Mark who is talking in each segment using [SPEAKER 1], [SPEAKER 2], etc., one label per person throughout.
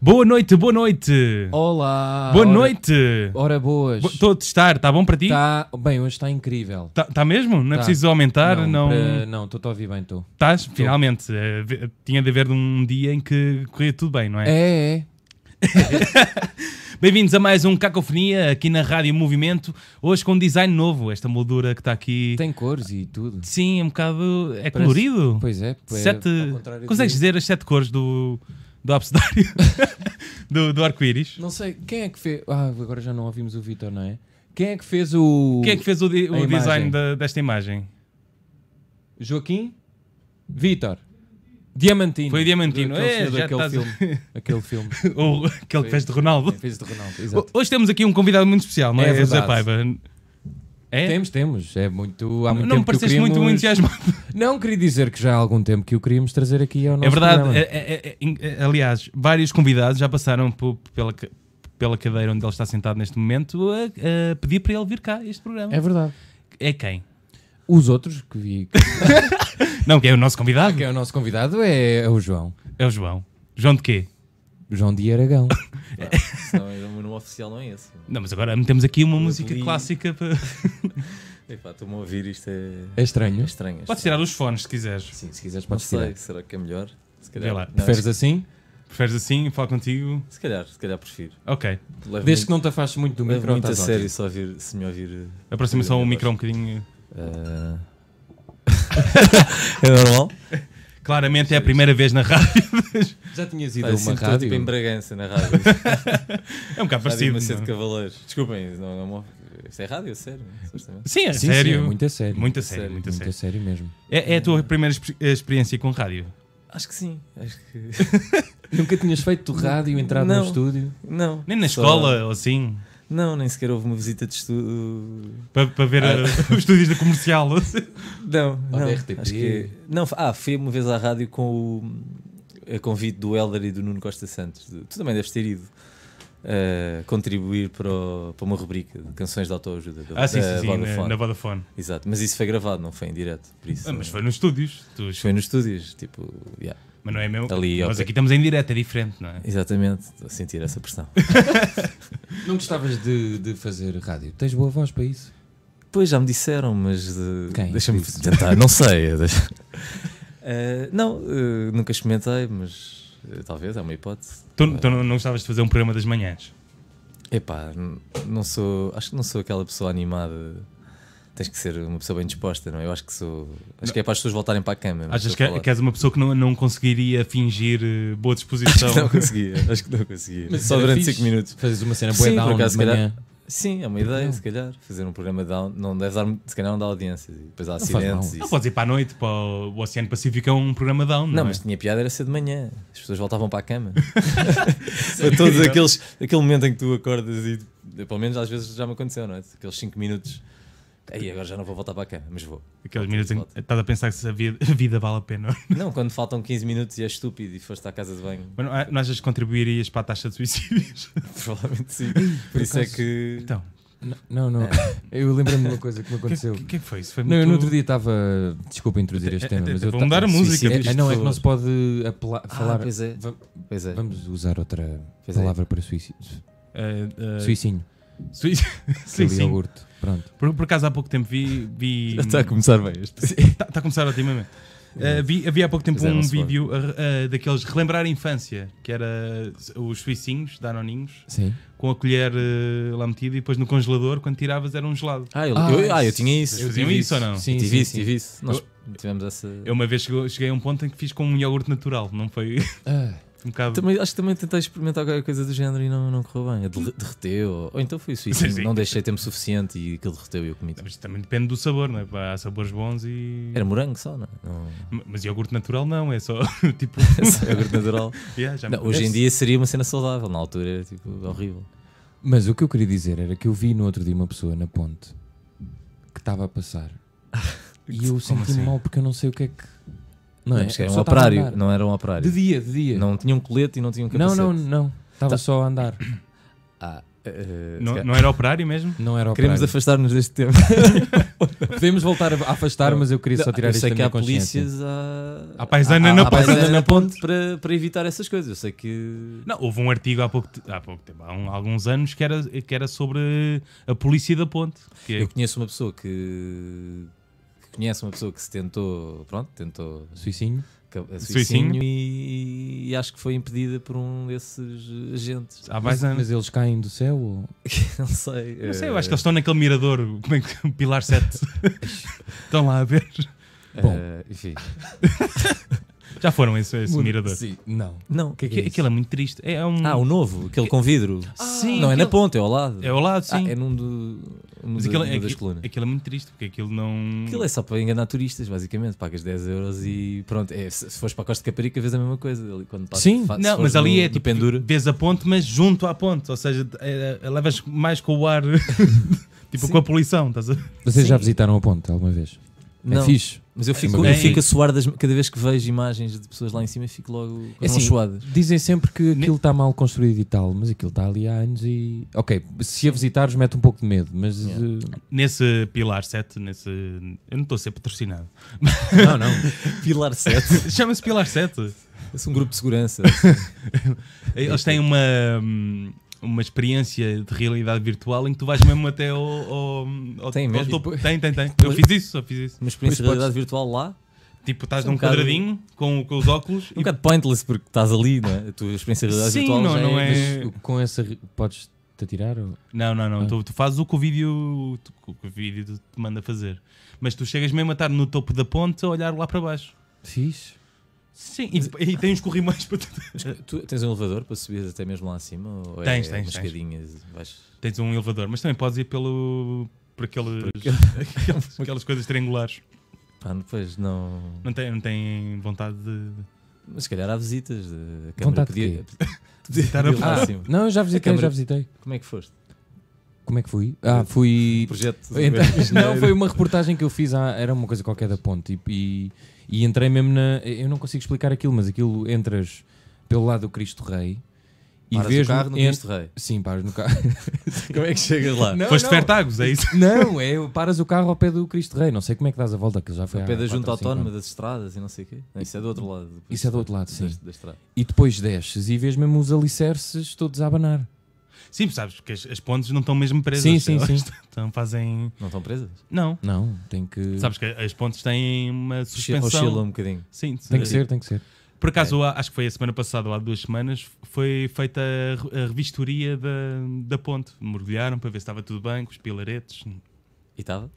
[SPEAKER 1] Boa noite, boa noite.
[SPEAKER 2] Olá!
[SPEAKER 1] boa
[SPEAKER 2] Ora-
[SPEAKER 1] noite.
[SPEAKER 2] Ora boas!
[SPEAKER 1] Estou a testar, está bom para ti? Está
[SPEAKER 2] Tá- Bem, hoje está incrível.
[SPEAKER 1] mesmo? Não é
[SPEAKER 2] Tá.
[SPEAKER 1] preciso aumentar? Não.
[SPEAKER 2] pra- Não, estou a ouvir bem, tu.
[SPEAKER 1] Estás? Finalmente. Eh, ve- Tinha de haver um dia em que corria tudo bem, não é?
[SPEAKER 2] É, é.
[SPEAKER 1] Bem-vindos a mais um Cacofonia aqui na Rádio Movimento. Hoje com um design novo. Esta moldura que está aqui.
[SPEAKER 2] Tem cores e tudo.
[SPEAKER 1] Sim, é um bocado. É
[SPEAKER 2] Parece-
[SPEAKER 1] colorido.
[SPEAKER 2] Pois é. é,
[SPEAKER 1] sete.
[SPEAKER 2] ao contrário
[SPEAKER 1] Consegues
[SPEAKER 2] de-
[SPEAKER 1] dizer as sete cores do, do abcedário? do do arco-íris?
[SPEAKER 2] Não sei, quem é que fez... Ah, agora já não ouvimos o Vitor, não é? Quem é que fez o...
[SPEAKER 1] Quem é que fez o, di- o
[SPEAKER 2] A imagem.
[SPEAKER 1] design da- desta imagem?
[SPEAKER 2] Joaquim? Vitor? Diamantino.
[SPEAKER 1] Foi o Diamantino.
[SPEAKER 2] Aquele,
[SPEAKER 1] É,
[SPEAKER 2] senhor
[SPEAKER 1] já
[SPEAKER 2] daquele
[SPEAKER 1] estás-
[SPEAKER 2] filme. Aquele filme.
[SPEAKER 1] Ou aquele que fez de Ronaldo?
[SPEAKER 2] Quem fez de Ronaldo, exato.
[SPEAKER 1] Hoje temos aqui um convidado muito especial, não é?
[SPEAKER 2] É
[SPEAKER 1] José
[SPEAKER 2] verdade.
[SPEAKER 1] Paiva. É?
[SPEAKER 2] Temos, temos. É muito... Há muito
[SPEAKER 1] não me
[SPEAKER 2] tempo que o
[SPEAKER 1] pareceste muito
[SPEAKER 2] queríamos-
[SPEAKER 1] entusiasmado.
[SPEAKER 2] Não, queria dizer que já há algum tempo que o queríamos trazer aqui ao nosso
[SPEAKER 1] É verdade.
[SPEAKER 2] programa.
[SPEAKER 1] é- é- é- in- é- aliás, vários convidados já passaram po- pela, ca- pela cadeira onde ele está sentado neste momento a, a pedir para ele vir cá a este programa.
[SPEAKER 2] É verdade.
[SPEAKER 1] É, quem?
[SPEAKER 2] Os outros que vi, que
[SPEAKER 1] Não, quem é o nosso convidado?
[SPEAKER 2] é o nosso convidado é, é o João.
[SPEAKER 1] É o João. João de quê?
[SPEAKER 2] João de Aragão.
[SPEAKER 3] É. Não, o meu nome oficial não é esse.
[SPEAKER 1] Não, mas agora metemos aqui uma
[SPEAKER 3] Eu
[SPEAKER 1] música
[SPEAKER 3] li.
[SPEAKER 1] clássica. Para...
[SPEAKER 3] Epá, Estou-me a ouvir, isto é,
[SPEAKER 2] É estranho.
[SPEAKER 3] é estranho. é
[SPEAKER 1] Podes
[SPEAKER 3] estranho.
[SPEAKER 1] tirar os fones se quiseres.
[SPEAKER 2] Sim, se quiseres
[SPEAKER 3] Não
[SPEAKER 2] podes
[SPEAKER 3] sei,
[SPEAKER 2] tirar.
[SPEAKER 3] será que é melhor? Se
[SPEAKER 1] Vê lá.
[SPEAKER 3] calhar, não,
[SPEAKER 2] Preferes assim?
[SPEAKER 1] Preferes assim? Falar contigo?
[SPEAKER 3] se calhar, se calhar prefiro.
[SPEAKER 1] Ok.
[SPEAKER 3] Levo
[SPEAKER 2] Desde que
[SPEAKER 3] muito,
[SPEAKER 2] não te afastes muito do
[SPEAKER 3] levo
[SPEAKER 2] micro, tá
[SPEAKER 3] muito a
[SPEAKER 2] estás
[SPEAKER 3] sério
[SPEAKER 2] ótimo.
[SPEAKER 3] se, ouvir, se me ouvir.
[SPEAKER 1] Aproxima só o micro um bocadinho.
[SPEAKER 3] é normal?
[SPEAKER 1] Claramente é a primeira vez na rádio.
[SPEAKER 2] Já tinhas ido
[SPEAKER 3] Pá,
[SPEAKER 2] a
[SPEAKER 3] eu
[SPEAKER 2] uma
[SPEAKER 3] sinto que estou,
[SPEAKER 2] rádio?
[SPEAKER 3] tipo em Bragança, na rádio.
[SPEAKER 1] É um bocado
[SPEAKER 3] rádio
[SPEAKER 1] parecido.
[SPEAKER 3] Macedo
[SPEAKER 1] não é?
[SPEAKER 3] de Cavaleiros. Desculpem, não, não, me ouve- isto é rádio, é sério. supostamente.
[SPEAKER 1] Sim, é
[SPEAKER 2] Sim,
[SPEAKER 1] sério.
[SPEAKER 2] Sim, é muito a sério.
[SPEAKER 1] Muito a sério, muito a
[SPEAKER 2] Muito
[SPEAKER 1] sério.
[SPEAKER 2] a sério mesmo.
[SPEAKER 1] É, é a tua primeira exp- experiência com rádio?
[SPEAKER 3] Acho que sim. Acho que.
[SPEAKER 2] Nunca tinhas feito rádio, entrado
[SPEAKER 3] Não.
[SPEAKER 2] num estúdio?
[SPEAKER 3] Não.
[SPEAKER 1] Nem na
[SPEAKER 3] Só-
[SPEAKER 1] escola ou assim?
[SPEAKER 3] Não, nem sequer houve uma visita de estudo.
[SPEAKER 1] Para, para ver
[SPEAKER 3] Ah.
[SPEAKER 1] uh, os estúdios da comercial?
[SPEAKER 3] Não,
[SPEAKER 2] Ou
[SPEAKER 3] não.
[SPEAKER 2] da RTP.
[SPEAKER 3] Acho que, não, ah, fui uma vez à rádio com o a convite do Helder e do Nuno Costa Santos. Tu também deves ter ido eh, contribuir para, o- para uma rubrica de canções de autoajuda da,
[SPEAKER 1] Ah, sim, sim,
[SPEAKER 3] da
[SPEAKER 1] sim, na,
[SPEAKER 3] Vodafone.
[SPEAKER 1] na Vodafone.
[SPEAKER 3] Exato, mas isso foi gravado, não foi em direto. Por isso,
[SPEAKER 1] Ah, mas foi nos estúdios. Tu,
[SPEAKER 3] foi nos estúdios, tipo, yeah,
[SPEAKER 1] mas não é meu.
[SPEAKER 3] ali,
[SPEAKER 1] Nós
[SPEAKER 3] ok.
[SPEAKER 1] aqui estamos em direto, é diferente, não é?
[SPEAKER 3] exatamente, estou a sentir essa pressão.
[SPEAKER 2] Não gostavas de, de fazer rádio? Tens boa voz para isso?
[SPEAKER 3] Pois já me disseram, mas eh,
[SPEAKER 2] Quem?
[SPEAKER 3] deixa-me
[SPEAKER 2] Disse.
[SPEAKER 3] tentar, não sei. deixa- Eh, não, eh, nunca experimentei, mas eh, talvez, é uma hipótese.
[SPEAKER 1] Tu, tu não, não gostavas de fazer um programa das manhãs?
[SPEAKER 3] Epá, n- não sou. Acho que não sou aquela pessoa animada. Tens que ser uma pessoa bem disposta, não é? Eu acho que sou. Acho que é para as pessoas voltarem para a cama. mas
[SPEAKER 1] Achas
[SPEAKER 3] estou a
[SPEAKER 1] que, é
[SPEAKER 3] falar.
[SPEAKER 1] que és uma pessoa que não, não conseguiria fingir uh, boa disposição?
[SPEAKER 3] Não conseguia, acho que não conseguia. Só
[SPEAKER 2] era
[SPEAKER 3] durante
[SPEAKER 2] fixe.
[SPEAKER 3] 5 minutos.
[SPEAKER 2] Fazes uma cena
[SPEAKER 3] Sim,
[SPEAKER 2] boa
[SPEAKER 3] por
[SPEAKER 2] down
[SPEAKER 3] acaso,
[SPEAKER 2] de
[SPEAKER 3] se
[SPEAKER 2] manhã.
[SPEAKER 3] Sim, é uma ideia, se calhar. Fazer um programa down. Não deve dar. Se calhar não dá audiências. E depois há
[SPEAKER 2] faz
[SPEAKER 3] acidentes.
[SPEAKER 2] mal.
[SPEAKER 3] e
[SPEAKER 1] Não
[SPEAKER 3] isso.
[SPEAKER 1] podes ir para a noite, para o o Oceano Pacífico é um programa down, não,
[SPEAKER 3] Não,
[SPEAKER 1] é?
[SPEAKER 3] mas tinha piada, era ser de manhã. As pessoas voltavam para a cama. para todos aqueles. Aquele momento em que tu acordas e. Pelo menos às vezes já me aconteceu, não é? Aqueles 5 minutos. Aí agora já não vou voltar para a cama, mas vou.
[SPEAKER 1] Aqueles minutos em que estás a pensar que se a vida, a vida vale a pena.
[SPEAKER 3] Não, quando faltam 15 minutos e és estúpido e foste à casa de banho,
[SPEAKER 1] Mas não, não achas que contribuirias para a taxa de suicídios?
[SPEAKER 3] provavelmente sim. Por isso é
[SPEAKER 2] acaso- tá
[SPEAKER 3] que.
[SPEAKER 1] Então,
[SPEAKER 2] Não, não. Eu lembro-me de uma coisa que me
[SPEAKER 1] o que,
[SPEAKER 2] aconteceu.
[SPEAKER 1] que- que é que foi isso? Foi
[SPEAKER 2] Não, eu
[SPEAKER 1] muito-
[SPEAKER 2] no outro dia estava. Desculpa introduzir este tema,
[SPEAKER 1] até-
[SPEAKER 2] mas
[SPEAKER 1] até
[SPEAKER 2] eu
[SPEAKER 1] é, vou
[SPEAKER 2] ta-
[SPEAKER 1] mudar a música,
[SPEAKER 2] É,
[SPEAKER 3] diz,
[SPEAKER 2] é, não,
[SPEAKER 3] por
[SPEAKER 2] é que não se pode apela-
[SPEAKER 3] Ah,
[SPEAKER 2] falar.
[SPEAKER 3] pois é.
[SPEAKER 2] Va-
[SPEAKER 3] Pois é.
[SPEAKER 2] Vamos usar outra
[SPEAKER 3] Pois é.
[SPEAKER 2] palavra para suicídio.
[SPEAKER 1] Ah, ah,
[SPEAKER 2] Suicinho.
[SPEAKER 1] sui-
[SPEAKER 2] Sim,
[SPEAKER 1] suicídio.
[SPEAKER 2] iogurte. tá Pronto.
[SPEAKER 1] Por, por acaso há pouco tempo vi. vi um-
[SPEAKER 3] Está a começar bem este.
[SPEAKER 1] Tá- tá a começar otimamente. Ah, vi, havia há pouco tempo
[SPEAKER 3] Pois é,
[SPEAKER 1] um
[SPEAKER 3] não se pode.
[SPEAKER 1] vídeo ah, ah, daqueles relembrar a infância, que era os suicinhos, danoninhos,
[SPEAKER 2] Sim.
[SPEAKER 1] com a colher ah, lá metida e depois no congelador, quando tiravas era um gelado.
[SPEAKER 3] Ah, eu,
[SPEAKER 2] Ah,
[SPEAKER 3] eu, ah, eu tinha isso.
[SPEAKER 1] Vocês faziam
[SPEAKER 2] tive
[SPEAKER 1] isso ou não?
[SPEAKER 2] Sim,
[SPEAKER 3] tive
[SPEAKER 2] sim,
[SPEAKER 3] isso,
[SPEAKER 2] sim.
[SPEAKER 3] tive isso. Nós tivemos essa.
[SPEAKER 1] Eu uma vez chegou- cheguei a um ponto em que fiz com um iogurte natural, não foi
[SPEAKER 2] Ah,
[SPEAKER 1] um bocado.
[SPEAKER 3] Também, acho que também tentei experimentar qualquer coisa do género e não, não correu bem. Derre- Derreteu. Ou, ou então foi suicídio.
[SPEAKER 1] Sim, sim.
[SPEAKER 3] Não deixei tempo suficiente e aquilo derreteu e eu comi.
[SPEAKER 1] Não, Mas também depende do sabor, não é? Pá, Há sabores bons e.
[SPEAKER 3] Era morango só, não? é? não
[SPEAKER 1] M- Mas iogurte natural não, é só tipo.
[SPEAKER 3] é só iogurte natural.
[SPEAKER 1] yeah, já me
[SPEAKER 3] Não, hoje em
[SPEAKER 1] parece.
[SPEAKER 3] dia seria uma cena saudável. Na altura era tipo horrível.
[SPEAKER 2] Mas o que eu queria dizer era que eu vi no outro dia uma pessoa na ponte que estava a passar e eu senti-me
[SPEAKER 1] assim?
[SPEAKER 2] mal porque eu não sei o que é que. Não,
[SPEAKER 3] Mas era
[SPEAKER 2] A
[SPEAKER 3] um
[SPEAKER 2] pessoa estava a
[SPEAKER 3] operário.
[SPEAKER 2] andar.
[SPEAKER 3] Não era um operário.
[SPEAKER 2] De dia, de dia.
[SPEAKER 3] Não tinha um colete e não tinha um
[SPEAKER 2] não,
[SPEAKER 3] capacete.
[SPEAKER 2] não. não. Estava só a andar.
[SPEAKER 3] Ah, Eh, se
[SPEAKER 1] Não,
[SPEAKER 3] calhar-
[SPEAKER 1] não era operário mesmo?
[SPEAKER 2] Não era
[SPEAKER 3] Queremos
[SPEAKER 2] operário.
[SPEAKER 3] afastar-nos deste tema.
[SPEAKER 2] Podemos voltar a afastar, mas eu queria só tirar
[SPEAKER 3] eu
[SPEAKER 2] isto
[SPEAKER 3] sei
[SPEAKER 2] da
[SPEAKER 3] que há
[SPEAKER 2] minha consciência.
[SPEAKER 3] polícias à...
[SPEAKER 1] À paisana na ponte.
[SPEAKER 3] paisana
[SPEAKER 2] Na
[SPEAKER 3] na
[SPEAKER 2] ponte.
[SPEAKER 3] ponte para, para evitar essas coisas. Eu sei que.
[SPEAKER 1] Não, houve um artigo há pouco, te- há pouco tempo, há um- alguns anos, que era, que era sobre a polícia da ponte. Que é-
[SPEAKER 3] Eu conheço uma pessoa que. que conhece uma pessoa que se tentou. Pronto, tentou.
[SPEAKER 2] Suicinho.
[SPEAKER 3] ca- suicinho,
[SPEAKER 1] Suicinho.
[SPEAKER 3] E, e acho que foi impedida por um desses agentes.
[SPEAKER 1] há
[SPEAKER 2] Mas,
[SPEAKER 1] mais anos.
[SPEAKER 2] mas eles caem do céu? Ou...
[SPEAKER 3] Não sei.
[SPEAKER 1] Não sei, eu
[SPEAKER 3] eh,
[SPEAKER 1] acho que eles estão naquele mirador, como é que, Pilar 7. estão lá a ver.
[SPEAKER 2] Bom.
[SPEAKER 3] eh, enfim.
[SPEAKER 1] Já foram esse, esse mirador.
[SPEAKER 2] Sim, não.
[SPEAKER 3] Não, o que é que é
[SPEAKER 1] Aquilo,
[SPEAKER 3] isso?
[SPEAKER 1] aquilo é muito triste. É, é um,
[SPEAKER 3] Ah, o novo, aquele com vidro.
[SPEAKER 1] Sim,
[SPEAKER 3] não, é na
[SPEAKER 1] aquele-
[SPEAKER 3] ponte, é ao lado.
[SPEAKER 1] é ao lado, sim.
[SPEAKER 3] Ah, é num do. num
[SPEAKER 1] Mas
[SPEAKER 3] da-
[SPEAKER 1] aquilo,
[SPEAKER 3] numa das
[SPEAKER 1] aquilo,
[SPEAKER 3] colunas.
[SPEAKER 1] aquilo é muito triste, porque aquilo não.
[SPEAKER 3] Aquilo é só para enganar turistas, basicamente. Pagas 10 euros e pronto. É, se se fores para a Costa de Caparica, vês a mesma coisa. Ali, quando passas-
[SPEAKER 2] Sim,
[SPEAKER 3] fa- se
[SPEAKER 1] Não,
[SPEAKER 3] fores
[SPEAKER 1] mas ali
[SPEAKER 3] no-
[SPEAKER 1] é
[SPEAKER 3] no
[SPEAKER 1] tipo,
[SPEAKER 3] pendura.
[SPEAKER 1] vês a ponte, mas junto à ponte, ou seja, é, é, levas mais com o ar, tipo com a poluição, estás a
[SPEAKER 2] Vocês já visitaram a ponte alguma vez? É
[SPEAKER 3] Não,
[SPEAKER 2] fixe.
[SPEAKER 3] Mas eu
[SPEAKER 2] uma
[SPEAKER 3] fico, eu
[SPEAKER 1] É coisa-
[SPEAKER 3] fico a suar das, cada vez que vejo imagens de pessoas lá em cima, fico logo com
[SPEAKER 2] É
[SPEAKER 3] as
[SPEAKER 2] assim,
[SPEAKER 3] mãos suadas.
[SPEAKER 2] Dizem sempre que aquilo está mal construído e tal, mas aquilo está ali há anos e. Ok, se a visitares mete um pouco de medo, mas.
[SPEAKER 3] Yeah.
[SPEAKER 2] eh,
[SPEAKER 1] Nesse Pilar 7, nesse. Eu não estou a ser patrocinado.
[SPEAKER 2] Não, não.
[SPEAKER 3] Pilar 7.
[SPEAKER 1] Chama-se Pilar 7.
[SPEAKER 3] é um grupo de segurança.
[SPEAKER 1] Eles têm uma, hum, uma experiência de realidade virtual em que tu vais mesmo até ao. ao, ao
[SPEAKER 3] Tem
[SPEAKER 1] ao
[SPEAKER 3] mesmo? Tipo-
[SPEAKER 1] topo. Tem, tem, tem. Eu fiz isso, eu fiz isso.
[SPEAKER 3] Uma experiência
[SPEAKER 2] Pois podes-
[SPEAKER 3] de realidade virtual lá.
[SPEAKER 1] Tipo, estás
[SPEAKER 3] Isso é um
[SPEAKER 1] num
[SPEAKER 3] bocado-
[SPEAKER 1] quadradinho com, com os óculos
[SPEAKER 3] Um bocado pointless porque estás ali, não é? A tua experiência de realidade
[SPEAKER 1] Sim,
[SPEAKER 3] virtual
[SPEAKER 1] não,
[SPEAKER 3] já
[SPEAKER 1] não
[SPEAKER 3] é.
[SPEAKER 1] é-
[SPEAKER 2] Mas com essa. re- Podes te atirar? Ou...
[SPEAKER 1] Não, não, não.
[SPEAKER 2] Ah.
[SPEAKER 1] Tu, tu fazes o que o vídeo, tu- o que o vídeo te manda fazer. Mas tu chegas mesmo a estar no topo da ponte a olhar lá para baixo.
[SPEAKER 2] Fixe.
[SPEAKER 1] Sim, e, e tem uns corrimões para tu.
[SPEAKER 3] Mas Tu tens um elevador para subir até mesmo lá acima? Ou é
[SPEAKER 1] Tens, tens,
[SPEAKER 3] umas
[SPEAKER 1] tens.
[SPEAKER 3] escadinhas? Vais...
[SPEAKER 1] Tens um elevador, mas também podes ir pelo. por aqueles, aquelas, aquelas coisas triangulares.
[SPEAKER 3] Pá, depois Ah, não.
[SPEAKER 1] Não tem, não tem vontade de.
[SPEAKER 3] Mas se calhar há visitas. eh, A Câmara
[SPEAKER 2] Vontade
[SPEAKER 3] podia.
[SPEAKER 2] de
[SPEAKER 1] visitar a
[SPEAKER 3] podia ir lá
[SPEAKER 1] praia.
[SPEAKER 3] acima.
[SPEAKER 2] Ah, Não, eu já visitei,
[SPEAKER 3] câmara-
[SPEAKER 2] já visitei.
[SPEAKER 3] Como é que foste?
[SPEAKER 2] Como é que fui? Ah, fui.
[SPEAKER 3] Projeto.
[SPEAKER 2] Então, não, foi uma reportagem que eu fiz, à- era uma coisa qualquer da ponte e, e- e entrei mesmo na. Eu não consigo explicar aquilo, mas aquilo entras pelo lado do Cristo Rei e
[SPEAKER 3] Paras
[SPEAKER 2] vês.
[SPEAKER 3] o carro no
[SPEAKER 2] en-
[SPEAKER 3] Cristo Rei.
[SPEAKER 2] Sim, paras no carro.
[SPEAKER 3] Como é que chegas lá?
[SPEAKER 2] Não,
[SPEAKER 1] Foste
[SPEAKER 2] não.
[SPEAKER 1] Fertagos, é isso?
[SPEAKER 2] Não, é paras o carro ao pé do Cristo Rei. Não sei como é que dás a volta, aquilo já foi.
[SPEAKER 3] Ao
[SPEAKER 2] há
[SPEAKER 3] pé da
[SPEAKER 2] quatro
[SPEAKER 3] junta
[SPEAKER 2] ou cinco
[SPEAKER 3] autónoma
[SPEAKER 2] anos.
[SPEAKER 3] das estradas e não sei o quê. Não, Isso é do outro lado.
[SPEAKER 2] Isso é do outro lado, sim.
[SPEAKER 3] Da, da estrada.
[SPEAKER 2] E depois desces e vês mesmo os alicerces todos a abanar.
[SPEAKER 1] Sim, sabes que as, as pontes não estão mesmo presas.
[SPEAKER 2] Sim, sim,
[SPEAKER 1] elas
[SPEAKER 2] sim.
[SPEAKER 1] Então fazem.
[SPEAKER 3] Não estão presas?
[SPEAKER 1] Não.
[SPEAKER 2] Não, tem que.
[SPEAKER 1] Sabes que as pontes têm uma
[SPEAKER 3] Oscila
[SPEAKER 1] suspensão.
[SPEAKER 3] um bocadinho.
[SPEAKER 1] Sim,
[SPEAKER 2] Tem que ser, É. tem que ser.
[SPEAKER 1] Por acaso, há- acho que foi a semana passada ou há duas semanas, foi feita a re- a revistoria da, da ponte. Mergulharam para ver se estava tudo bem, com os pilaretes.
[SPEAKER 3] E estava?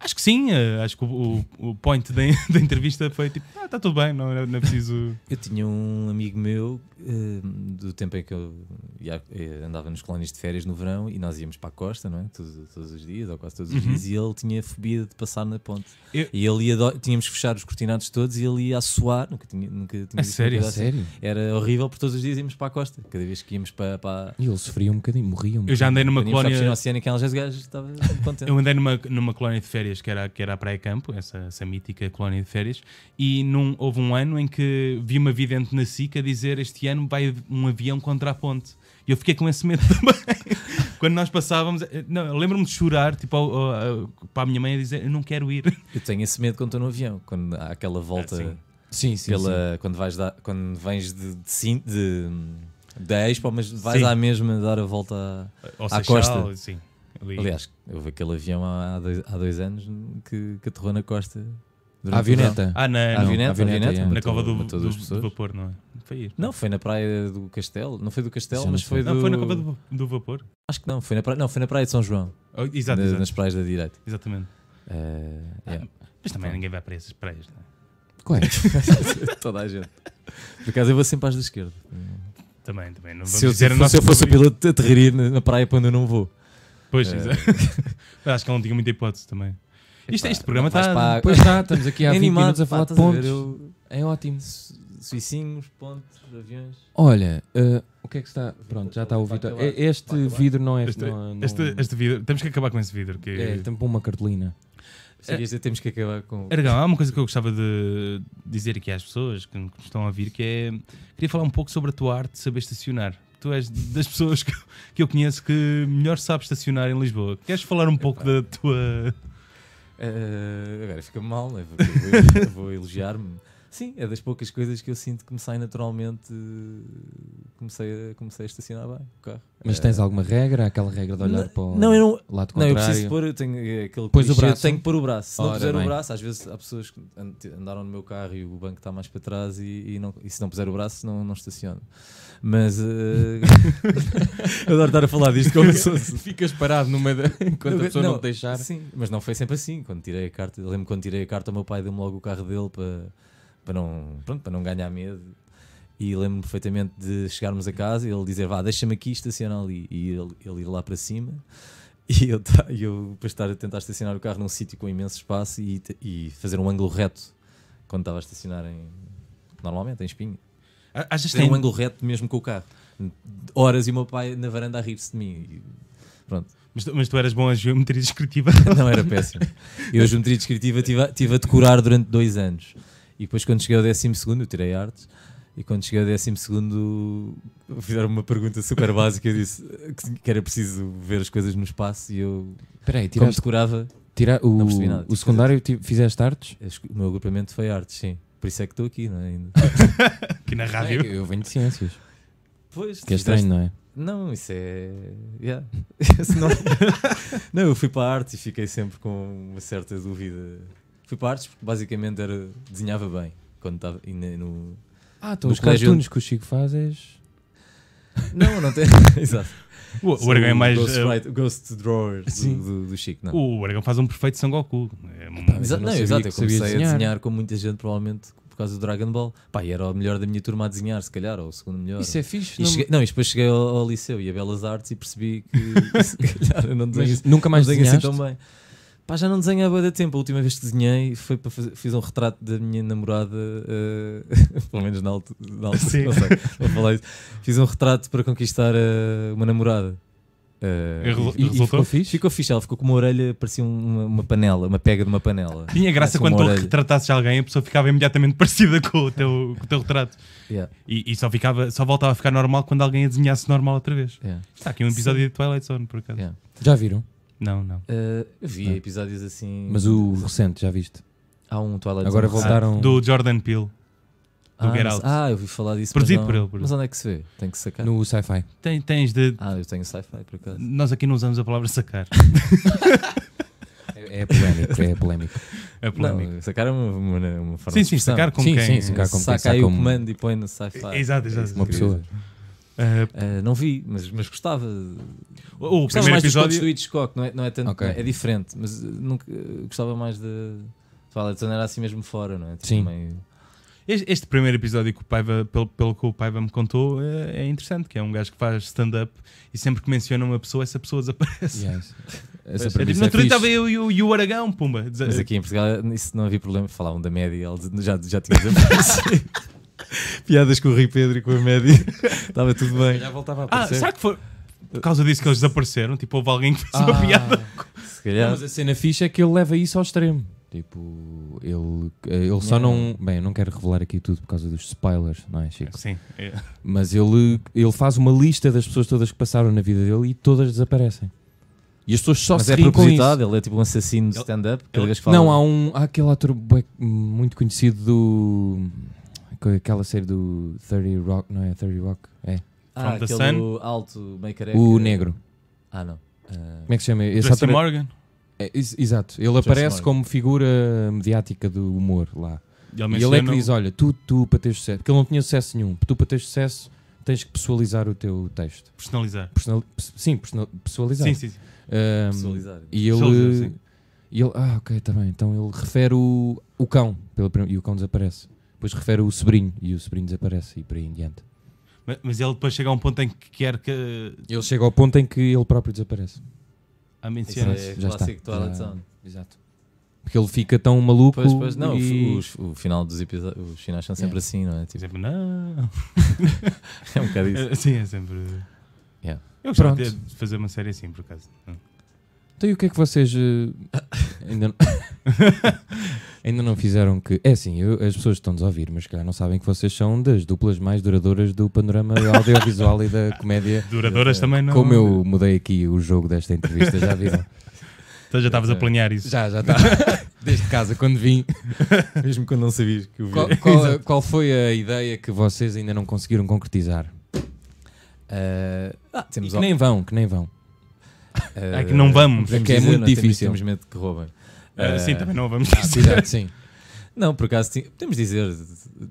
[SPEAKER 1] Acho que sim, eh, acho que o, o, o point da, da entrevista foi tipo, ah, está tudo bem, não, não é preciso...
[SPEAKER 3] Eu tinha um amigo meu eh, do tempo em que eu ia- eh, andava nos colónios de férias no verão e nós íamos para a costa, não é? Todos, todos os dias, ou quase todos os dias, e ele tinha fobia de passar na ponte.
[SPEAKER 1] Uhum. Eu-
[SPEAKER 3] E ele ia, do- tínhamos que fechar os cortinados todos e ele ia a suar, nunca tinha, nunca tinha visto uma
[SPEAKER 1] sério?
[SPEAKER 3] coisa
[SPEAKER 2] A
[SPEAKER 3] assim.
[SPEAKER 2] sério?
[SPEAKER 3] Era horrível porque todos os dias íamos para a costa, cada vez que íamos para, para,
[SPEAKER 2] E eles sofriam um bocadinho, morriam.
[SPEAKER 1] Eu já andei numa
[SPEAKER 3] Quando íamos para a piscina
[SPEAKER 1] colónia...
[SPEAKER 3] oceânica em Algés Gajo, estava contente.
[SPEAKER 1] Eu andei numa, numa colónia de férias que era, que era a Praia Campo, essa, essa mítica colónia de férias, e num, houve um ano em que vi uma vidente na SICA dizer este ano vai um avião contra a ponte. E eu fiquei com esse medo também. Quando nós passávamos, eh, não, eu lembro-me de chorar tipo, ao- ao- ao- para a minha mãe a dizer eu não quero ir.
[SPEAKER 3] Eu tenho esse medo quando estou no avião, quando há aquela volta
[SPEAKER 1] Ah, sim.
[SPEAKER 2] Sim, sim. sim.
[SPEAKER 3] pela. Quando, vais da, quando vens de, de, Sin- de, da Expo, mas vais
[SPEAKER 1] Sim.
[SPEAKER 3] à mesma dar a volta. à-
[SPEAKER 1] Ou
[SPEAKER 3] À
[SPEAKER 1] Seixal,
[SPEAKER 3] costa.
[SPEAKER 1] Sim, ali.
[SPEAKER 3] Aliás, houve aquele avião há, há dois, há dois anos que, que aterrou na costa. durante
[SPEAKER 2] A
[SPEAKER 3] o verão.
[SPEAKER 2] avioneta.
[SPEAKER 1] Ah, na,
[SPEAKER 3] A
[SPEAKER 1] não,
[SPEAKER 3] avioneta, a
[SPEAKER 2] avioneta,
[SPEAKER 3] avioneta,
[SPEAKER 2] é.
[SPEAKER 1] na
[SPEAKER 3] matou-
[SPEAKER 1] cova do,
[SPEAKER 3] matou
[SPEAKER 1] do-
[SPEAKER 3] duas
[SPEAKER 1] do
[SPEAKER 3] pessoas.
[SPEAKER 1] vapor, não é? Foi ir.
[SPEAKER 3] Não, foi na praia do Castelo. Não foi do
[SPEAKER 2] Isso
[SPEAKER 3] Castelo,
[SPEAKER 2] eu
[SPEAKER 3] mas
[SPEAKER 2] não
[SPEAKER 3] foi do.
[SPEAKER 1] Não, foi na cova do, do vapor.
[SPEAKER 3] Acho que não, foi na, praia, não, foi na praia de São João,
[SPEAKER 1] Oh, exato,
[SPEAKER 3] na-
[SPEAKER 1] exato,
[SPEAKER 3] nas praias da direita.
[SPEAKER 1] exatamente.
[SPEAKER 3] Eh, yeah.
[SPEAKER 1] Mas também ninguém vai para essas praias, não é?
[SPEAKER 2] Claro.
[SPEAKER 3] Toda a gente. Por acaso eu vou sempre às da esquerda.
[SPEAKER 1] Também, também. Não vamos
[SPEAKER 3] Se eu,
[SPEAKER 1] dizer a
[SPEAKER 3] fosse-
[SPEAKER 1] nossa
[SPEAKER 3] se eu fosse o
[SPEAKER 1] favorita.
[SPEAKER 3] piloto, aterraria na, na praia para onde eu não vou.
[SPEAKER 1] Pois,
[SPEAKER 3] É.
[SPEAKER 1] exato. Mas acho que ele não tinha muita hipótese também. Isto,
[SPEAKER 3] Epá,
[SPEAKER 1] este programa
[SPEAKER 3] vais
[SPEAKER 1] está.
[SPEAKER 3] para-
[SPEAKER 2] Pois está, estamos aqui há
[SPEAKER 3] É
[SPEAKER 2] 20
[SPEAKER 3] animado,
[SPEAKER 2] minutos a
[SPEAKER 3] pá,
[SPEAKER 2] falar de
[SPEAKER 3] estás a ver,
[SPEAKER 2] pontos.
[SPEAKER 3] eu-
[SPEAKER 2] É ótimo.
[SPEAKER 3] Su- Suicinhos, pontos, aviões.
[SPEAKER 2] Olha, eh, o que é que está. Pronto, já está o
[SPEAKER 3] Vai
[SPEAKER 2] Vitor.
[SPEAKER 3] acabar.
[SPEAKER 2] E- Este
[SPEAKER 3] Vai acabar.
[SPEAKER 2] vidro não é.
[SPEAKER 1] Este,
[SPEAKER 2] não, não-
[SPEAKER 1] este, este vidro. Temos que acabar com esse vidro. Que...
[SPEAKER 2] É,
[SPEAKER 3] então.
[SPEAKER 2] tem uma cartolina. É.
[SPEAKER 3] Serias dizer, temos que acabar com.
[SPEAKER 1] Aragão, há uma coisa que eu gostava de dizer aqui às pessoas que nos estão a ouvir, que é queria falar um pouco sobre a tua arte de saber estacionar. tu és das pessoas que, que eu conheço que melhor sabe estacionar em Lisboa. Queres falar um pouco da tua.
[SPEAKER 3] Eh, agora fica mal, né? Porque eu vou, eu vou elogiar-me. Sim, é das poucas coisas que eu sinto que me sai naturalmente. eh, Comecei a, comecei a estacionar bem o carro.
[SPEAKER 2] Mas
[SPEAKER 3] Eh,
[SPEAKER 2] tens alguma regra? Aquela regra de olhar
[SPEAKER 3] Não,
[SPEAKER 2] para o
[SPEAKER 3] não, eu não-
[SPEAKER 2] lado
[SPEAKER 3] Não,
[SPEAKER 2] contrário?
[SPEAKER 3] eu preciso pôr, eu tenho eh, aquele
[SPEAKER 2] Pões o
[SPEAKER 3] clichê,
[SPEAKER 2] braço?
[SPEAKER 3] tenho que pôr o braço. Se não
[SPEAKER 2] Ora
[SPEAKER 3] puser
[SPEAKER 2] bem.
[SPEAKER 3] o braço, às vezes há pessoas que an- andaram no meu carro e o banco está mais para trás e, e não- e se não puser o braço, não, não estaciono. Mas eh, adoro estar a falar disto como se fosse.
[SPEAKER 2] Ficas parado no meio da... enquanto a pessoa não, te deixar.
[SPEAKER 3] Sim, mas não foi sempre assim. Quando tirei a carta, eu lembro quando tirei a carta, o meu pai deu-me logo o carro dele para, para, não, pronto, para não ganhar medo. E lembro-me perfeitamente de chegarmos a casa e ele dizer: Vá, deixa-me aqui, estaciona ali. E ele, ele ir lá para cima. E eu, ta- e eu para estar a tentar estacionar o carro num sítio com imenso espaço e, te- e fazer um ângulo reto quando estava a estacionar em, normalmente, em espinho.
[SPEAKER 1] A- Achas que
[SPEAKER 3] Tem
[SPEAKER 1] tem
[SPEAKER 3] um ângulo reto mesmo com o carro. Horas e o meu pai na varanda a rir-se de mim. E pronto.
[SPEAKER 1] Mas, tu- mas tu eras bom a geometria descritiva.
[SPEAKER 3] Não, era péssimo. Eu, a geometria descritiva, estive a, tive a decorar durante dois anos. E depois, quando cheguei ao 12, eu tirei artes. E quando cheguei ao 12, fizeram uma pergunta super básica. Eu disse que- que era preciso ver as coisas no espaço. E eu,
[SPEAKER 2] Espera aí,
[SPEAKER 3] como
[SPEAKER 2] tiraste,
[SPEAKER 3] decorava,
[SPEAKER 2] tira, o,
[SPEAKER 3] Não percebi nada.
[SPEAKER 2] o secundário ti- fizeste artes?
[SPEAKER 3] eu esco- o meu agrupamento foi artes, sim. Por isso é que estou aqui, não é? Ainda.
[SPEAKER 1] Aqui na
[SPEAKER 2] É,
[SPEAKER 1] rádio.
[SPEAKER 2] eu venho de ciências.
[SPEAKER 3] Pois,
[SPEAKER 2] Que é estranho, não é?
[SPEAKER 3] Não, isso é. yeah. Isso não... não, eu fui para a arte e fiquei sempre com uma certa dúvida. Fui para a arte porque basicamente era, desenhava bem. Quando estava e ne- no...
[SPEAKER 2] Ah, então
[SPEAKER 3] No
[SPEAKER 2] os
[SPEAKER 3] colégio-
[SPEAKER 2] cartoons que o Chico faz és...
[SPEAKER 3] Não, não tem. Exato.
[SPEAKER 1] O, o Aragão é mais.
[SPEAKER 3] Ghost,
[SPEAKER 1] eh,
[SPEAKER 3] write- ghost Drawer do,
[SPEAKER 2] Sim.
[SPEAKER 3] do, do Chico, não.
[SPEAKER 1] o Aragão faz um perfeito Sangoku. É um-
[SPEAKER 2] mas
[SPEAKER 3] Exa-
[SPEAKER 2] eu não
[SPEAKER 3] não,
[SPEAKER 2] sabia
[SPEAKER 3] exato,
[SPEAKER 2] que
[SPEAKER 3] eu
[SPEAKER 2] sabias
[SPEAKER 3] comecei
[SPEAKER 2] desenhar.
[SPEAKER 3] a desenhar com muita gente, provavelmente por causa do Dragon Ball. Pá, e era o melhor da minha turma a desenhar, se calhar, ou o segundo melhor.
[SPEAKER 2] Isso é fixe,
[SPEAKER 3] E
[SPEAKER 2] não...
[SPEAKER 3] cheguei- não, e depois cheguei ao, ao liceu e a Belas Artes e percebi que se calhar eu não desenho
[SPEAKER 2] mas nunca mais
[SPEAKER 3] não desenho assim
[SPEAKER 2] desenhaste?
[SPEAKER 3] tão bem. Pá, já não desenho há bué de tempo. A última vez que desenhei foi para fazer, fiz um retrato da minha namorada, eh, pelo menos na altura, na altura
[SPEAKER 1] Sim.
[SPEAKER 3] não sei, vou falar isso. Fiz um retrato para conquistar eh, uma namorada. Eh,
[SPEAKER 1] Eu
[SPEAKER 3] e-
[SPEAKER 1] relo-
[SPEAKER 2] E, e
[SPEAKER 1] Resultou?
[SPEAKER 2] ficou fixe?
[SPEAKER 3] ficou fixe, ela ficou com uma orelha, parecia um, uma, uma panela, uma pega de uma panela.
[SPEAKER 1] Tinha graça
[SPEAKER 3] Parece uma
[SPEAKER 1] quando tu
[SPEAKER 3] orelha.
[SPEAKER 1] retratasses alguém, a pessoa ficava imediatamente parecida com o teu, com o teu retrato.
[SPEAKER 3] Yeah,
[SPEAKER 1] E, e só, ficava, só voltava a ficar normal quando alguém a desenhasse normal outra vez.
[SPEAKER 3] yeah,
[SPEAKER 1] Está aqui um episódio de Twilight Zone, por acaso.
[SPEAKER 3] yeah.
[SPEAKER 2] Já viram?
[SPEAKER 1] Não, não.
[SPEAKER 3] Eh, eu vi
[SPEAKER 2] Ah.
[SPEAKER 3] episódios assim.
[SPEAKER 2] Mas o recente, já viste?
[SPEAKER 3] Há um Twilight
[SPEAKER 2] Agora
[SPEAKER 3] Zone.
[SPEAKER 2] voltar- Voltaram-
[SPEAKER 1] Do Jordan Peele.
[SPEAKER 3] ah,
[SPEAKER 1] do Get
[SPEAKER 3] mas-
[SPEAKER 1] Out.
[SPEAKER 3] Ah, eu ouvi falar disso. mas
[SPEAKER 1] Produzido
[SPEAKER 3] não-
[SPEAKER 1] por ele, por
[SPEAKER 3] Mas
[SPEAKER 1] ele.
[SPEAKER 3] onde é que se vê? Tem que sacar.
[SPEAKER 2] No sci-fi.
[SPEAKER 1] Tem- tens de.
[SPEAKER 3] Ah, eu tenho sci-fi por acaso.
[SPEAKER 1] Nós aqui não usamos a palavra sacar.
[SPEAKER 2] É, é polémico, é polémico.
[SPEAKER 1] É polémico.
[SPEAKER 3] Não, sacar é uma, uma, uma forma
[SPEAKER 1] sim,
[SPEAKER 3] de
[SPEAKER 1] sim,
[SPEAKER 3] expressão.
[SPEAKER 1] sacar com
[SPEAKER 2] Sim,
[SPEAKER 1] quem.
[SPEAKER 2] sim, sacar. com quem,
[SPEAKER 3] saca
[SPEAKER 2] saca
[SPEAKER 3] aí o
[SPEAKER 2] um-
[SPEAKER 3] comando e põe no sci-fi.
[SPEAKER 1] Exato,
[SPEAKER 3] É
[SPEAKER 1] exato.
[SPEAKER 2] Uma pessoa.
[SPEAKER 1] Ah,
[SPEAKER 3] Ah, não vi, mas, mas gostava.
[SPEAKER 1] o
[SPEAKER 3] gostava
[SPEAKER 1] primeiro
[SPEAKER 3] mais dos contos
[SPEAKER 1] episódio.
[SPEAKER 3] do Hitchcock, não é, não é tanto.
[SPEAKER 2] Ok.
[SPEAKER 3] não é, é diferente, mas ah, nunca, ah, gostava mais de. Fala, então era assim mesmo fora, não é? Tipo,
[SPEAKER 2] Sim.
[SPEAKER 3] meio-
[SPEAKER 1] Este, este primeiro episódio que o Paiva, pelo, pelo que o Paiva me contou, é, é interessante, que é um gajo que faz stand-up e sempre que menciona uma pessoa, essa pessoa desaparece.
[SPEAKER 2] Yes. Essa
[SPEAKER 3] Pois.
[SPEAKER 1] É tipo,
[SPEAKER 2] premissa
[SPEAKER 1] na
[SPEAKER 2] é
[SPEAKER 1] altura estava
[SPEAKER 2] fixe.
[SPEAKER 1] eu e o, e o Aragão, pumba. "Ah, Desa-
[SPEAKER 3] Mas aqui em Portugal eh, isso não havia problema. Falavam da média, ele já, já tinha desaparecido. Piadas com o Rui Pedro e com a média. Estava tudo bem.
[SPEAKER 2] Já voltava a
[SPEAKER 1] Ah, será que foi por causa disso que eles desapareceram? Tipo, houve alguém que fez uma piada.
[SPEAKER 3] Se
[SPEAKER 2] Não,
[SPEAKER 3] calhar.
[SPEAKER 2] Ah, mas a cena fixa é que ele leva isso ao extremo. Tipo, ele, ele só não. Bem, eu não quero revelar aqui tudo por causa dos spoilers, não é, Chico?
[SPEAKER 1] Sim. é.
[SPEAKER 2] Mas ele, ele faz uma lista das pessoas todas que passaram na vida dele e todas desaparecem. E as pessoas só
[SPEAKER 3] Mas
[SPEAKER 2] se
[SPEAKER 3] é
[SPEAKER 2] riem com isso.
[SPEAKER 3] propositado, ele é tipo um assassino de
[SPEAKER 1] Ele-
[SPEAKER 3] stand-up.
[SPEAKER 1] ele-
[SPEAKER 3] Aquele gajo que fala.
[SPEAKER 2] Não, há um. Há aquele ator bué- muito conhecido do. com Aquela série do 30 Rock, não é? 30 Rock? É.
[SPEAKER 3] Ah,
[SPEAKER 1] From the
[SPEAKER 3] aquele
[SPEAKER 1] Sun.
[SPEAKER 3] alto, meio careca.
[SPEAKER 2] O negro.
[SPEAKER 3] Ah, não. Ah,
[SPEAKER 2] Como é que se chama? Esse
[SPEAKER 1] Jesse
[SPEAKER 2] ator é-
[SPEAKER 1] Morgan.
[SPEAKER 2] é, ex- exato. Ele
[SPEAKER 3] Jesse
[SPEAKER 2] aparece
[SPEAKER 3] Morgan.
[SPEAKER 2] como figura mediática do humor lá.
[SPEAKER 1] Ele,
[SPEAKER 2] E ele é que
[SPEAKER 1] menciona-
[SPEAKER 2] diz: olha, tu, tu para ter sucesso. Porque ele não tinha sucesso nenhum. Tu para ter sucesso tens que pessoalizar o teu texto.
[SPEAKER 1] personalizar.
[SPEAKER 2] Personal- pes- sim, personal- pessoalizar.
[SPEAKER 1] Sim, sim, sim.
[SPEAKER 2] Ahm,
[SPEAKER 3] pessoalizar.
[SPEAKER 2] E ele,
[SPEAKER 1] Pessoalizar, sim.
[SPEAKER 2] e ele. Ah, ok, está bem. Então ele refere o, o cão pela prim- e o cão desaparece. Depois refere o sobrinho e o sobrinho desaparece e por aí em diante.
[SPEAKER 1] Mas, mas ele depois chega a um ponto em que quer que
[SPEAKER 2] Ele chega ao ponto em que ele próprio desaparece.
[SPEAKER 1] a
[SPEAKER 3] Isso
[SPEAKER 1] menciona.
[SPEAKER 3] é
[SPEAKER 2] Já
[SPEAKER 3] clássico
[SPEAKER 2] está.
[SPEAKER 3] Twilight
[SPEAKER 2] Já-
[SPEAKER 3] Zone.
[SPEAKER 2] Exato. Porque ele fica tão maluco.
[SPEAKER 3] Pois, pois, não,
[SPEAKER 2] e-
[SPEAKER 3] o, f- o final dos episódios, os finais são
[SPEAKER 2] Yeah.
[SPEAKER 3] sempre assim, não é? Tipo,
[SPEAKER 1] Sempre, não.
[SPEAKER 3] é um bocado isso.
[SPEAKER 1] É, Sim, é sempre.
[SPEAKER 3] Yeah.
[SPEAKER 1] Eu gostava
[SPEAKER 2] Pronto.
[SPEAKER 1] de fazer uma série assim, por acaso.
[SPEAKER 2] Então e o que é que vocês. eh, ainda não- Ainda não fizeram que. É assim, eu- as pessoas estão-nos a ouvir, mas se calhar não sabem que vocês são das duplas mais duradouras do panorama audiovisual e da comédia.
[SPEAKER 1] Duradouras também não.
[SPEAKER 2] É. Como eu mudei aqui o jogo desta entrevista, já viram?
[SPEAKER 1] Então já estavas a planear isso.
[SPEAKER 2] Já, já está. Desde casa, quando vim.
[SPEAKER 3] Mesmo quando não sabias que é o
[SPEAKER 2] Qual,
[SPEAKER 3] vi.
[SPEAKER 2] qual, qual foi a ideia que vocês ainda não conseguiram concretizar?
[SPEAKER 3] Ah, ah,
[SPEAKER 2] E
[SPEAKER 3] temos ah,
[SPEAKER 2] que nem vão, que nem vão.
[SPEAKER 1] É que não vamos.
[SPEAKER 2] Que é muito difícil.
[SPEAKER 3] Temos, temos medo que roubem.
[SPEAKER 1] Ah,
[SPEAKER 3] Ah,
[SPEAKER 1] sim, também não vamos
[SPEAKER 2] Ah,
[SPEAKER 1] dizer.
[SPEAKER 2] cuidado, sim.
[SPEAKER 3] Não, por acaso, ti- podemos dizer,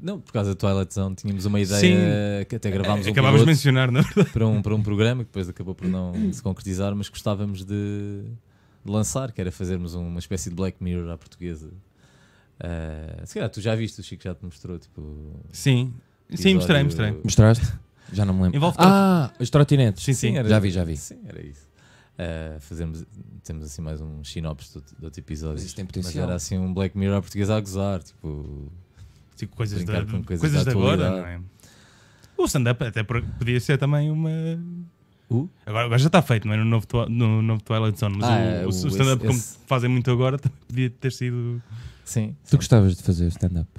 [SPEAKER 3] não, por causa da Twilight Zone, tínhamos uma ideia
[SPEAKER 1] Sim. É,
[SPEAKER 3] que até gravámos um
[SPEAKER 1] Acabámos de
[SPEAKER 3] piloto
[SPEAKER 1] mencionar, não?
[SPEAKER 3] para, um, para um programa que depois acabou por não se concretizar, mas gostávamos de, de lançar, que era fazermos um, uma espécie de Black Mirror à portuguesa. Ah, se calhar tu já viste, o Chico já te mostrou, tipo...
[SPEAKER 1] Sim. Sim, mostrei, mostrei.
[SPEAKER 2] Mostraste? Já não me lembro.
[SPEAKER 1] Envolve
[SPEAKER 2] ah, os trotinetes.
[SPEAKER 1] Sim, sim.
[SPEAKER 2] Já vi, já vi.
[SPEAKER 3] Sim, era isso. Ah, fazemos, temos assim mais um sinopse do, do outro episódio.
[SPEAKER 2] Mas isso tem
[SPEAKER 3] Mas
[SPEAKER 2] potencial.
[SPEAKER 3] era assim um Black Mirror à portuguesa a gozar, tipo...
[SPEAKER 1] Tipo, coisas, da,
[SPEAKER 3] Brincar com coisas
[SPEAKER 1] coisas
[SPEAKER 3] da
[SPEAKER 1] de agora, não é?
[SPEAKER 3] atualidade.
[SPEAKER 1] O stand-up até por- podia ser também uma.
[SPEAKER 3] O?
[SPEAKER 1] Agora, agora já está feito, não é? No novo, Twi- no novo Twilight Zone, mas
[SPEAKER 3] Ah,
[SPEAKER 1] o-
[SPEAKER 3] é,
[SPEAKER 1] o,
[SPEAKER 3] o-
[SPEAKER 1] o stand-up,
[SPEAKER 3] esse-
[SPEAKER 1] como
[SPEAKER 3] esse.
[SPEAKER 1] fazem muito agora, também podia ter sido.
[SPEAKER 3] Sim.
[SPEAKER 2] Tu gostavas de fazer stand-up?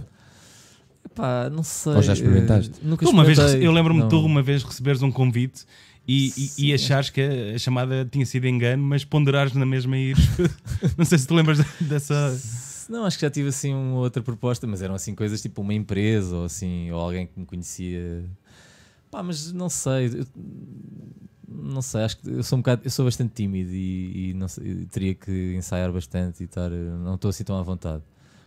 [SPEAKER 3] Pá, não sei.
[SPEAKER 2] Ou já experimentaste?
[SPEAKER 3] eh, Nunca
[SPEAKER 1] Tu uma vez, rece-
[SPEAKER 3] experimentei.
[SPEAKER 1] eu lembro-me de tu
[SPEAKER 3] Não.
[SPEAKER 1] uma vez receberes um convite e, e- e
[SPEAKER 3] Sim.
[SPEAKER 1] achares que a, a chamada tinha sido engano, mas ponderares na mesma e ires. não sei se te lembras de- dessa.
[SPEAKER 3] Não, acho que já tive assim uma outra proposta, mas eram assim coisas tipo uma empresa ou assim, ou alguém que me conhecia. Pá, mas não sei. eu- não sei, acho que eu sou um bocado, eu sou bastante tímido e, e não sei, eu teria que ensaiar bastante e estar, eh, não estou assim tão à vontade.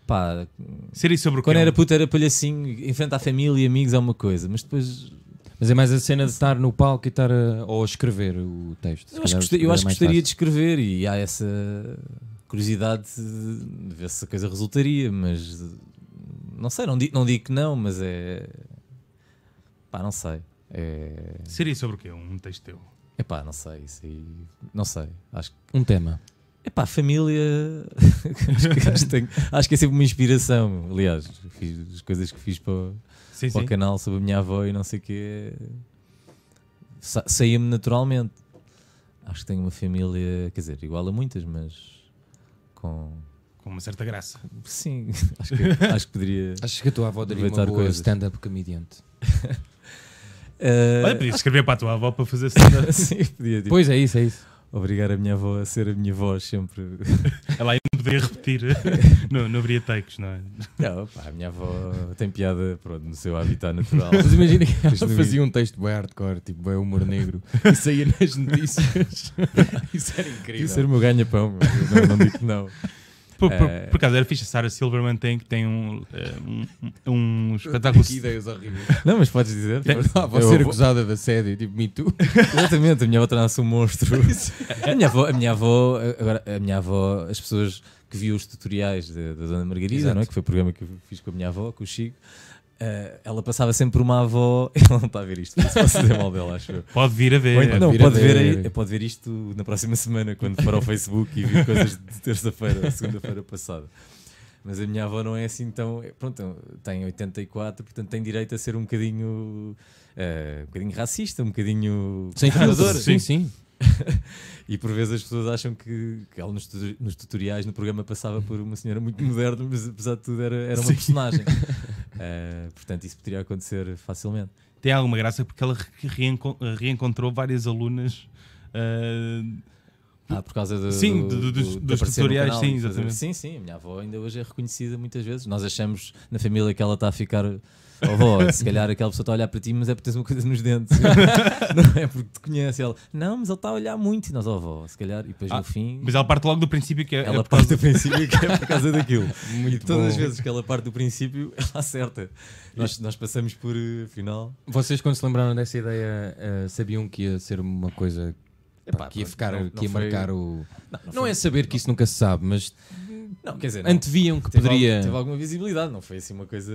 [SPEAKER 3] Pá,
[SPEAKER 1] Seria sobre o quê? Um-
[SPEAKER 3] quando era puto era palhacinho, em frente à família e amigos é uma coisa, mas depois
[SPEAKER 2] Mas é mais a cena de estar no palco e estar a, ou a escrever o texto. Se
[SPEAKER 3] Eu acho,
[SPEAKER 2] calhar
[SPEAKER 3] que
[SPEAKER 2] o
[SPEAKER 3] gosta-
[SPEAKER 2] escrever
[SPEAKER 3] eu
[SPEAKER 2] é
[SPEAKER 3] acho que
[SPEAKER 2] mais
[SPEAKER 3] gostaria
[SPEAKER 2] fácil.
[SPEAKER 3] de escrever e há essa curiosidade de de ver se a coisa resultaria, mas eh, não sei, não digo, não digo que não, mas é. pá, não sei. É.
[SPEAKER 1] Seria sobre o quê? Um texto teu.
[SPEAKER 3] epá, não sei, isso aí. não sei. Acho que.
[SPEAKER 2] Um tema.
[SPEAKER 3] epá, família. acho, que, acho que tenho- acho que é sempre uma inspiração. Aliás, fiz as coisas que fiz para, o-
[SPEAKER 1] Sim,
[SPEAKER 3] para o
[SPEAKER 1] sim.
[SPEAKER 3] canal sobre a minha avó e não sei o quê. sa- Saía-me naturalmente. Acho que tenho uma família, quer dizer, igual a muitas, mas com.
[SPEAKER 1] Com uma certa graça.
[SPEAKER 3] Sim, acho que, acho que poderia.
[SPEAKER 2] Acho que a tua avó daria uma
[SPEAKER 3] Aproveitar
[SPEAKER 2] boa
[SPEAKER 3] coisas.
[SPEAKER 2] stand-up comediante.
[SPEAKER 3] Eh,
[SPEAKER 1] Olha, podias escrever para a tua avó para fazer stand-up.
[SPEAKER 3] sim, podia tipo,
[SPEAKER 2] Pois é isso, é isso.
[SPEAKER 3] obrigar a minha avó a ser a minha voz sempre.
[SPEAKER 1] Ela ainda podia repetir. não, não haveria takes, não é?
[SPEAKER 3] Não, pá, a minha avó tem piada pronto, no seu habitat natural.
[SPEAKER 2] Mas imagina que
[SPEAKER 3] Isto
[SPEAKER 2] ela
[SPEAKER 3] não
[SPEAKER 2] fazia um texto bem hardcore, tipo bem humor negro, e saía nas notícias. Isso era incrível.
[SPEAKER 3] Isso era o meu ganha-pão, meu. Eu não, não digo que não.
[SPEAKER 1] Por, por,
[SPEAKER 3] Eh.
[SPEAKER 1] por acaso era fixe, a Sarah Silverman tem, tem um, eh, um, um espetáculo.
[SPEAKER 2] Que ideias horríveis.
[SPEAKER 3] Não, mas podes dizer. tipo,
[SPEAKER 1] Tem-
[SPEAKER 2] Ah, vou
[SPEAKER 3] Eu-
[SPEAKER 2] ser acusada de assédio, tipo Me Too.
[SPEAKER 3] Exatamente, a minha avó torna-se um monstro. a, minha avó, a minha avó, agora, a minha avó, as pessoas que viu os tutoriais da, da Dona Margarida,
[SPEAKER 2] Exato.
[SPEAKER 3] não é? que foi o programa que eu fiz com a minha avó, com o Chico, eh, ela passava sempre por uma avó. Ela não está a ver isto, por isso posso dizer mal dela, acho eu.
[SPEAKER 1] Pode vir a
[SPEAKER 3] Ou
[SPEAKER 1] ver.
[SPEAKER 3] então- não,
[SPEAKER 2] vir a
[SPEAKER 3] pode ver,
[SPEAKER 2] É, ver.
[SPEAKER 3] aí- pode ver isto na próxima semana, quando for ao Facebook e ver coisas de terça-feira, segunda-feira passada. Mas a minha avó não é assim tão. é, Pronto, tem 84, portanto tem direito a ser um bocadinho. eh, um bocadinho racista, um bocadinho.
[SPEAKER 2] Sem
[SPEAKER 3] conservadora.
[SPEAKER 2] Sim, sim.
[SPEAKER 3] E por vezes as pessoas acham que, que ela nos, tutu- nos tutoriais no programa passava por uma senhora muito moderna, mas apesar de tudo era, era uma personagem. Eh, portanto, isso poderia acontecer facilmente.
[SPEAKER 1] Tem alguma graça porque ela re- reencon- reencontrou várias alunas. eh,
[SPEAKER 3] Ah, por causa do,
[SPEAKER 1] Sim, do- do- dos-
[SPEAKER 3] de
[SPEAKER 1] dos
[SPEAKER 3] aparecer no
[SPEAKER 1] tutoriais,
[SPEAKER 3] canal
[SPEAKER 1] sim,
[SPEAKER 3] e fazer-
[SPEAKER 1] exatamente.
[SPEAKER 3] Sim, sim, a minha avó ainda hoje é reconhecida muitas vezes. Nós achamos na família que ela está a ficar. Oh, avó, se calhar aquela pessoa está a olhar para ti, mas é porque tens uma coisa nos dentes. não é porque te conhece. Ela, não, mas ele está a olhar muito. E nós, oh, avó, se calhar. E depois
[SPEAKER 1] Ah,
[SPEAKER 3] no fim.
[SPEAKER 1] mas ela parte logo do princípio que é.
[SPEAKER 3] Ela
[SPEAKER 1] é por causa-
[SPEAKER 3] parte do princípio que é por causa daquilo.
[SPEAKER 2] Muito
[SPEAKER 3] e todas
[SPEAKER 2] bom.
[SPEAKER 3] as vezes que ela parte do princípio, ela acerta. Nós, nós passamos por, eh, afinal.
[SPEAKER 2] Vocês, quando se lembraram dessa ideia, eh, sabiam que ia ser uma coisa pá,
[SPEAKER 3] Epá,
[SPEAKER 2] que ia
[SPEAKER 3] pronto,
[SPEAKER 2] ficar,
[SPEAKER 3] não-
[SPEAKER 2] que ia
[SPEAKER 3] não foi-
[SPEAKER 2] marcar o. Não,
[SPEAKER 3] foi-
[SPEAKER 2] é saber que isso nunca se sabe, mas
[SPEAKER 3] Não, quer dizer, não,
[SPEAKER 2] anteviam que
[SPEAKER 3] teve,
[SPEAKER 2] poderia.
[SPEAKER 3] algum- teve alguma visibilidade, não foi assim uma coisa.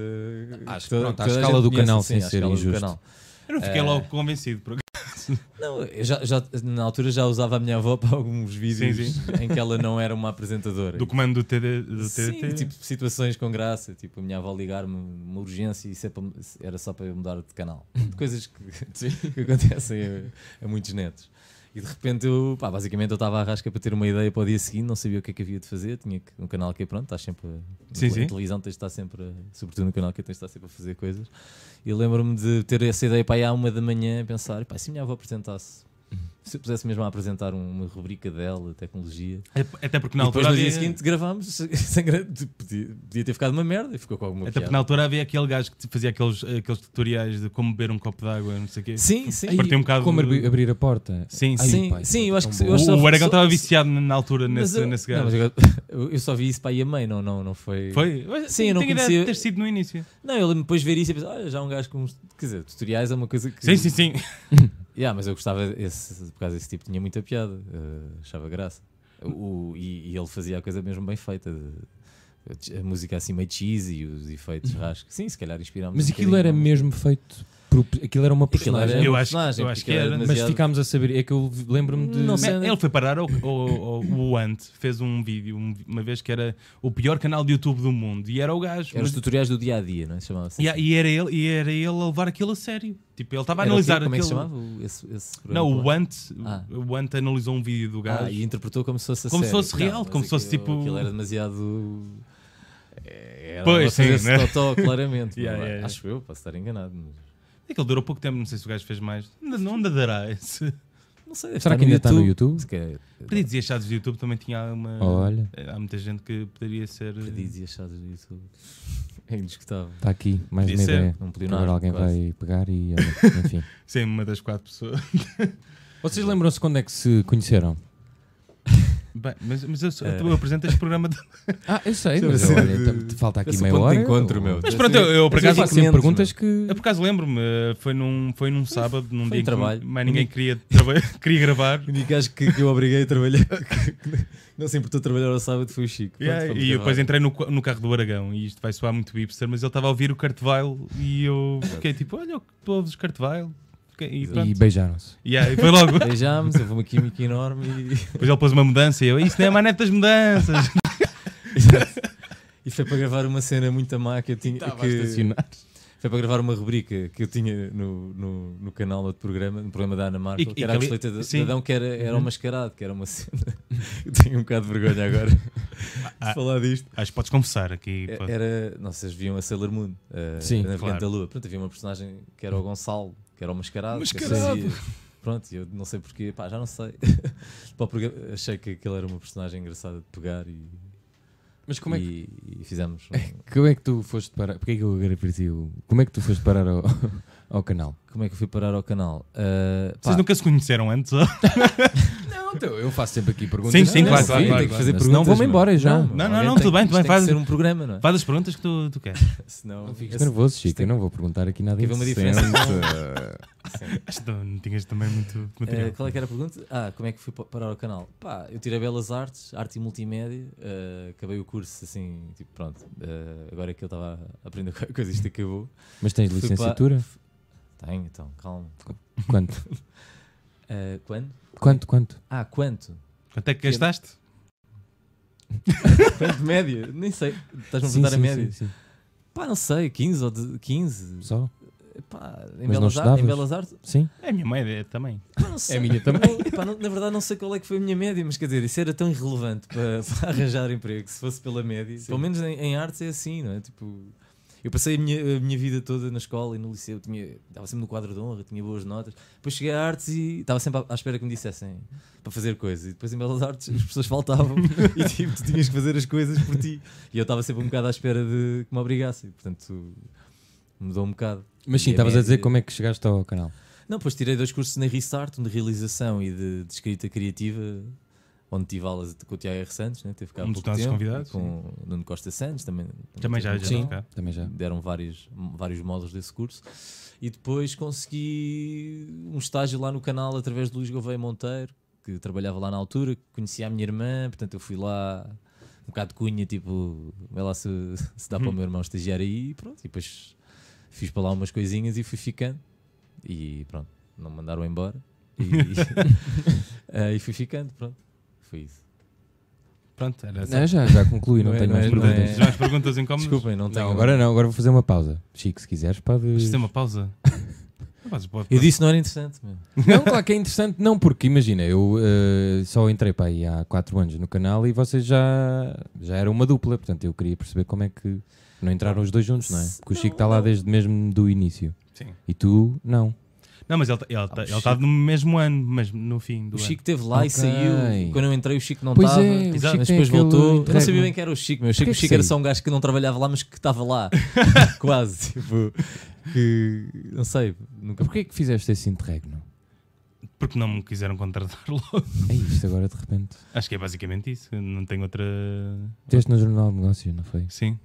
[SPEAKER 2] Acho que
[SPEAKER 3] toda-
[SPEAKER 2] pronto, à
[SPEAKER 3] toda a
[SPEAKER 2] escala
[SPEAKER 3] gente
[SPEAKER 2] do
[SPEAKER 3] conhece,
[SPEAKER 2] canal,
[SPEAKER 3] sim,
[SPEAKER 2] sem
[SPEAKER 3] à
[SPEAKER 2] ser
[SPEAKER 3] escala do
[SPEAKER 2] injusto.
[SPEAKER 3] canal.
[SPEAKER 1] Eu não fiquei
[SPEAKER 3] Eh.
[SPEAKER 1] logo convencido. Por... acaso.
[SPEAKER 3] Não, eu já, já- na altura já usava a minha avó para alguns vídeos
[SPEAKER 1] Sim,
[SPEAKER 3] em que ela não era uma apresentadora.
[SPEAKER 1] Do comando do TD. Do
[SPEAKER 3] Sim,
[SPEAKER 1] TDT.
[SPEAKER 3] tipo situações com graça, tipo a minha avó ligar-me uma urgência e isso é para- era só para eu mudar de canal. Coisas que, que acontecem a, a muitos netos. E de repente eu, pá, basicamente eu estava à rasca para ter uma ideia para o dia seguinte, não sabia o que é que havia de fazer, tinha que- um canal que é pronto, estás sempre a,
[SPEAKER 1] Sim,
[SPEAKER 3] na
[SPEAKER 1] sim.
[SPEAKER 3] televisão tens de estar sempre, a- sobretudo no canal que tens de estar sempre a fazer coisas. E lembro-me de ter essa ideia para aí à uma da manhã, pensar, pá, se a minha avó apresentasse, se eu pusesse mesmo a apresentar um- uma rubrica dela, tecnologia,
[SPEAKER 1] Até porque na
[SPEAKER 3] e depois
[SPEAKER 1] altura
[SPEAKER 3] no dia
[SPEAKER 1] havia-
[SPEAKER 3] seguinte gravámos, sem grande, podia, podia ter ficado uma merda e ficou com alguma
[SPEAKER 1] Até porque na
[SPEAKER 3] piada.
[SPEAKER 1] altura havia aquele gajo que te fazia aqueles, aqueles tutoriais de como beber um copo de água, não sei o quê.
[SPEAKER 3] Sim, sim.
[SPEAKER 1] Ai, Partiu um bocado
[SPEAKER 2] Como
[SPEAKER 1] do-
[SPEAKER 2] abri- abrir a porta.
[SPEAKER 1] Sim, sim.
[SPEAKER 2] Ai,
[SPEAKER 3] Sim,
[SPEAKER 2] pá, isso
[SPEAKER 3] sim,
[SPEAKER 2] é
[SPEAKER 3] eu acho
[SPEAKER 2] tão
[SPEAKER 3] que
[SPEAKER 2] bom.
[SPEAKER 3] eu acho-
[SPEAKER 1] O, o Aragão
[SPEAKER 3] só-
[SPEAKER 1] estava
[SPEAKER 3] só-
[SPEAKER 1] viciado na altura
[SPEAKER 3] Mas
[SPEAKER 1] nesse,
[SPEAKER 3] eu-
[SPEAKER 1] nesse
[SPEAKER 3] não,
[SPEAKER 1] gajo.
[SPEAKER 3] mas eu, eu só vi isso para aí a meio, não, não, não foi.
[SPEAKER 1] Foi? Mas,
[SPEAKER 3] Sim, eu não
[SPEAKER 1] tenho ideia
[SPEAKER 3] conhecia-
[SPEAKER 1] de ter sido no início.
[SPEAKER 3] Não, eu lembro depois de ver isso e pensei, olha, já um gajo com. uns- Quer dizer, tutoriais é uma coisa que.
[SPEAKER 1] Sim, sim, sim.
[SPEAKER 3] Yeah, mas eu gostava, esse, por causa desse tipo, tinha muita piada, eh, achava graça. O, o- e, e ele fazia a coisa mesmo bem feita. de- a música assim meio cheesy, os efeitos
[SPEAKER 1] Uhum.
[SPEAKER 3] rascos. Sim, se calhar inspirámos.
[SPEAKER 2] Mas
[SPEAKER 3] um
[SPEAKER 2] aquilo
[SPEAKER 3] bocadinho,
[SPEAKER 2] era
[SPEAKER 3] não?
[SPEAKER 2] mesmo feito. propo- Aquilo era uma
[SPEAKER 3] Aquilo era
[SPEAKER 2] personagem.
[SPEAKER 1] Eu
[SPEAKER 3] um
[SPEAKER 1] acho-
[SPEAKER 3] personagem,
[SPEAKER 1] eu acho
[SPEAKER 3] porque
[SPEAKER 1] que era,
[SPEAKER 2] Mas
[SPEAKER 3] demasiado-
[SPEAKER 2] ficámos a saber. É que eu lembro-me de.
[SPEAKER 3] Não
[SPEAKER 1] Man,
[SPEAKER 3] sei onde é
[SPEAKER 1] ele foi parar ao, ao- ao- o Ant, fez um vídeo um- uma vez que era o pior canal de YouTube do mundo e era o gajo.
[SPEAKER 3] Eram
[SPEAKER 1] mas-
[SPEAKER 3] os tutoriais do dia a dia, não é? Chamava assim.
[SPEAKER 1] e, e era ele, e era ele a levar aquilo a sério. Tipo, ele estava a
[SPEAKER 3] Era o quê?
[SPEAKER 1] analisar
[SPEAKER 3] Como é que se
[SPEAKER 1] aquilo.
[SPEAKER 3] chamava o- esse, esse programa?
[SPEAKER 1] Não, o Ant,
[SPEAKER 3] Ah.
[SPEAKER 1] o Ant analisou um vídeo do gajo.
[SPEAKER 3] Ah, e interpretou como se fosse a
[SPEAKER 1] Como se
[SPEAKER 3] sério.
[SPEAKER 1] fosse real,
[SPEAKER 3] mas
[SPEAKER 1] como se fosse
[SPEAKER 3] aquilo-
[SPEAKER 1] tipo-
[SPEAKER 3] Aquilo era demasiado. é, Era
[SPEAKER 1] Pois, sim,
[SPEAKER 3] fazer
[SPEAKER 1] né?
[SPEAKER 3] totó, claramente.
[SPEAKER 1] Yeah,
[SPEAKER 3] não é?
[SPEAKER 1] yeah, yeah.
[SPEAKER 3] Acho eu, posso estar enganado. mas-
[SPEAKER 1] Aquilo durou pouco tempo, não sei se o gajo fez mais. Ainda- Não ainda dará esse.
[SPEAKER 3] Não sei, deve
[SPEAKER 2] Será
[SPEAKER 3] estar
[SPEAKER 2] que ainda está no YouTube?
[SPEAKER 3] Se calhar,
[SPEAKER 1] Perdidos e achados do YouTube também tinha uma.
[SPEAKER 2] Olha,
[SPEAKER 1] Há muita gente que poderia ser.
[SPEAKER 3] perdidos e achados no YouTube. É indiscutável.
[SPEAKER 2] está tá aqui mais
[SPEAKER 1] Podia
[SPEAKER 2] uma
[SPEAKER 1] ser.
[SPEAKER 2] ideia.
[SPEAKER 3] Não podia
[SPEAKER 2] Agora
[SPEAKER 3] nada,
[SPEAKER 2] alguém
[SPEAKER 3] quase.
[SPEAKER 2] vai pegar e. olha, Enfim.
[SPEAKER 1] Sim, uma das quatro pessoas.
[SPEAKER 2] Vocês lembram-se quando é que se conheceram?
[SPEAKER 1] Bem, mas, mas eu,
[SPEAKER 3] Eh,
[SPEAKER 1] sou- eu apresento este programa. de-
[SPEAKER 2] Ah, eu sei,
[SPEAKER 3] Sim,
[SPEAKER 2] mas
[SPEAKER 3] mas é
[SPEAKER 2] olha,
[SPEAKER 3] de-
[SPEAKER 2] então, te falta aqui
[SPEAKER 3] Esse
[SPEAKER 2] meia
[SPEAKER 3] ponto
[SPEAKER 2] hora.
[SPEAKER 3] de encontro,
[SPEAKER 2] ou-
[SPEAKER 3] meu.
[SPEAKER 1] Mas pronto, eu, eu por acaso.
[SPEAKER 2] Por acaso
[SPEAKER 3] Mas
[SPEAKER 2] faço sempre
[SPEAKER 3] comento,
[SPEAKER 2] perguntas que.
[SPEAKER 1] Eu por acaso lembro-me, eh, foi num, foi num sábado, num
[SPEAKER 3] Foi
[SPEAKER 1] dia em que
[SPEAKER 3] trabalho.
[SPEAKER 1] mais ninguém queria, trava- queria gravar.
[SPEAKER 3] O único gajo que, que eu obriguei a trabalhar, que, que não se importou de trabalhar ao sábado, foi o Chico. Pronto,
[SPEAKER 1] Yeah,
[SPEAKER 3] fomos
[SPEAKER 1] e eu
[SPEAKER 3] gravar.
[SPEAKER 1] depois entrei no, co- no carro do Aragão e isto vai soar muito hipster, mas ele estava a ouvir o Cartevile e eu fiquei tipo, olha, tu ouves o Cartevile? Fiquei- E,
[SPEAKER 2] E
[SPEAKER 1] pronto.
[SPEAKER 2] beijaram-se.
[SPEAKER 1] Yeah, e foi logo.
[SPEAKER 3] Beijámos, houve uma química enorme e,
[SPEAKER 1] Depois ele pôs uma mudança e eu, isso não é a manete das mudanças.
[SPEAKER 3] e foi para gravar uma cena muito má que eu tinha.
[SPEAKER 1] Tá,
[SPEAKER 3] que- Foi para gravar uma rubrica que eu tinha no, no, no canal, outro programa, no programa da Ana Marco,
[SPEAKER 1] E-
[SPEAKER 3] que
[SPEAKER 1] e que
[SPEAKER 3] era a
[SPEAKER 1] ali-
[SPEAKER 3] Bicicleta de
[SPEAKER 1] sim. Uhum.
[SPEAKER 3] Adão, que era, era um mascarado, que era uma cena. eu tenho um bocado de vergonha agora de
[SPEAKER 1] Ah,
[SPEAKER 3] falar disto.
[SPEAKER 1] Acho que podes confessar aqui.
[SPEAKER 3] É-
[SPEAKER 1] pá.
[SPEAKER 3] Era, não sei se viam a Sailor Moon, a
[SPEAKER 2] Sim,
[SPEAKER 3] Navegante
[SPEAKER 1] claro.
[SPEAKER 3] da Lua. Pronto, havia uma personagem que era o Gonçalo, que era o mascarado. que
[SPEAKER 1] Mascarado!
[SPEAKER 3] fazia- Pronto, e eu não sei porquê, pá, já não sei. Para o programa- achei que aquilo era uma personagem engraçada de pegar e,
[SPEAKER 2] Mas como é que.
[SPEAKER 3] e, e fizemos. um-
[SPEAKER 2] Como é que tu foste parar? Porquê é que eu agradeci o. Como é que tu foste parar ao, ao canal?
[SPEAKER 3] como é que eu fui parar ao canal? Ah, pá,
[SPEAKER 1] Vocês nunca se conheceram antes? ó?
[SPEAKER 2] Não, então, eu façto sempre aqui perguntas.
[SPEAKER 1] Sim, sim,
[SPEAKER 2] Não,
[SPEAKER 1] claro,
[SPEAKER 2] não,
[SPEAKER 1] claro,
[SPEAKER 2] sim,
[SPEAKER 1] claro,
[SPEAKER 2] tem que
[SPEAKER 1] claro.
[SPEAKER 2] fazer
[SPEAKER 3] Mas
[SPEAKER 2] perguntas. Não vou-me
[SPEAKER 3] mano.
[SPEAKER 2] embora já.
[SPEAKER 3] mano,
[SPEAKER 1] Não, não,
[SPEAKER 3] alguém
[SPEAKER 1] não,
[SPEAKER 3] tem-
[SPEAKER 1] tudo bem,
[SPEAKER 3] isto
[SPEAKER 1] tudo bem,
[SPEAKER 3] tem que
[SPEAKER 1] faz-
[SPEAKER 3] ser um programa, não é?
[SPEAKER 1] Faz as perguntas que tu, tu queres.
[SPEAKER 3] Senão,
[SPEAKER 2] Não fiques
[SPEAKER 3] esse-
[SPEAKER 2] é nervoso,
[SPEAKER 3] isto
[SPEAKER 2] Chico.
[SPEAKER 3] tem-
[SPEAKER 2] Eu não vou perguntar aqui nada
[SPEAKER 3] Teve Ah, uma
[SPEAKER 2] indecente.
[SPEAKER 3] diferença.
[SPEAKER 1] Acho que não, não tinhas também muito material.
[SPEAKER 3] Eh, qual é que era a pergunta? Ah, como é que fui pa- parar ao canal? Pá, eu tirei Belas Artes, Arte e Multimédia, eh, acabei o curso assim, tipo, pronto, eh, agora é que eu estava a aprender qualquer coisa, isto acabou.
[SPEAKER 2] Mas tens
[SPEAKER 3] Fui
[SPEAKER 2] licenciatura?
[SPEAKER 3] Tenho, então, calma.
[SPEAKER 2] Quanto?
[SPEAKER 3] Eh, quando?
[SPEAKER 2] Quanto, quanto?
[SPEAKER 3] Ah, quanto?
[SPEAKER 1] Quanto é que gastaste?
[SPEAKER 3] Quanto média? Nem sei. Estás-me a
[SPEAKER 2] Sim,
[SPEAKER 3] perguntar a
[SPEAKER 2] sim,
[SPEAKER 3] média?
[SPEAKER 2] sim, sim.
[SPEAKER 3] Pá, não sei, 15 ou de- 15.
[SPEAKER 2] Só?
[SPEAKER 3] Pá, em,
[SPEAKER 2] Mas não
[SPEAKER 3] belas Ar- em
[SPEAKER 2] estudavas?
[SPEAKER 3] Belas Artes,
[SPEAKER 2] Sim?
[SPEAKER 1] É a minha mãe é, também.
[SPEAKER 3] Pá, não sei.
[SPEAKER 2] minha
[SPEAKER 3] Não,
[SPEAKER 2] também.
[SPEAKER 3] pá, não- na verdade, não sei qual é que foi a minha média, mas quer dizer, isso era tão irrelevante para, para arranjar emprego, se fosse pela média. Pelo menos em, em artes é assim, não é? Tipo, eu passei a minha, a minha vida toda na escola e no liceu, tinha, estava sempre no quadro de honra, tinha boas notas. Depois cheguei a artes e estava sempre à, à espera que me dissessem para fazer coisas. E depois em Belas Artes as pessoas faltavam e tipo, tu tinhas que fazer as coisas por ti. E eu estava sempre um bocado à espera de que me obrigassem. Portanto, mudou um bocado.
[SPEAKER 2] Mas sim,
[SPEAKER 3] E
[SPEAKER 2] estavas a dizer
[SPEAKER 3] média-
[SPEAKER 2] como é que chegaste ao canal.
[SPEAKER 3] não, pois tirei dois cursos na Restart, um de realização e de, de escrita criativa, onde tive aulas de- com o Tiago R. Santos, né? teve cá há
[SPEAKER 1] Um dos
[SPEAKER 3] pouco
[SPEAKER 1] nossos
[SPEAKER 3] tempo,
[SPEAKER 1] convidados,
[SPEAKER 3] e com o Nuno Costa Santos também.
[SPEAKER 1] Também já,
[SPEAKER 3] teve um
[SPEAKER 1] já.
[SPEAKER 3] no
[SPEAKER 1] Sim.
[SPEAKER 3] canal.
[SPEAKER 2] Também já.
[SPEAKER 3] Deram vários, vários módulos desse curso. E depois consegui um estágio lá no canal através de Luís Gouveia Monteiro, que trabalhava lá na altura, que conhecia a minha irmã, portanto eu fui lá um bocado de cunha, tipo, vai lá se, se dá para o meu irmão estagiar aí e pronto. E depois fiz para lá umas coisinhas e fui ficando. E pronto, não me mandaram embora. E, eh, e fui ficando, pronto. Foi isso.
[SPEAKER 1] Pronto, era
[SPEAKER 2] Não,
[SPEAKER 1] essa.
[SPEAKER 2] já, já concluí, não,
[SPEAKER 3] É Não é-
[SPEAKER 2] tenho
[SPEAKER 3] não
[SPEAKER 2] mais
[SPEAKER 3] é- não é-
[SPEAKER 2] perguntas.
[SPEAKER 1] Perguntas. Mais perguntas incómodas?
[SPEAKER 3] Desculpem, não tenho.
[SPEAKER 2] Não, agora não, agora vou fazer uma pausa. Chico, se quiseres, podes.
[SPEAKER 1] Isto é uma pausa. Mas, pô,
[SPEAKER 3] Eu disse não era interessante. meu.
[SPEAKER 2] Não, claro que é interessante, não, porque imagina, eu eh, só entrei para aí há 4 anos no canal e vocês já, já eram uma dupla, portanto eu queria perceber como é que não entraram os dois juntos, não é? Porque o Chico está lá desde mesmo do início
[SPEAKER 1] Sim.
[SPEAKER 2] e tu não.
[SPEAKER 1] Não, mas ele está ele tá-
[SPEAKER 3] o
[SPEAKER 1] ele tá no mesmo ano, mas no fim do
[SPEAKER 3] O
[SPEAKER 1] ano.
[SPEAKER 3] Chico esteve lá
[SPEAKER 2] Ok.
[SPEAKER 3] e saiu. Quando eu entrei, o Chico não
[SPEAKER 2] Pois
[SPEAKER 3] estava.
[SPEAKER 2] é, o Chico
[SPEAKER 3] mas
[SPEAKER 2] tem
[SPEAKER 3] depois
[SPEAKER 2] aquele
[SPEAKER 3] voltou. Eu não
[SPEAKER 2] entregue,
[SPEAKER 3] sabia
[SPEAKER 2] não? é?
[SPEAKER 3] bem quem era o Chico. Meu. Eu
[SPEAKER 2] Porquê
[SPEAKER 3] achei que o
[SPEAKER 2] que
[SPEAKER 3] Chico era
[SPEAKER 2] saiu?
[SPEAKER 3] só um gajo que não trabalhava lá, mas que estava lá. Quase. Tipo, que. Não sei. Nunca.
[SPEAKER 2] Porquê é que fizeste esse interregno?
[SPEAKER 1] Porque não me quiseram contratar logo.
[SPEAKER 2] É isto agora de repente.
[SPEAKER 1] Acho que é basicamente isso. Eu Não tenho outra.
[SPEAKER 2] Teste no Jornal de Negócios, não foi?
[SPEAKER 1] Sim.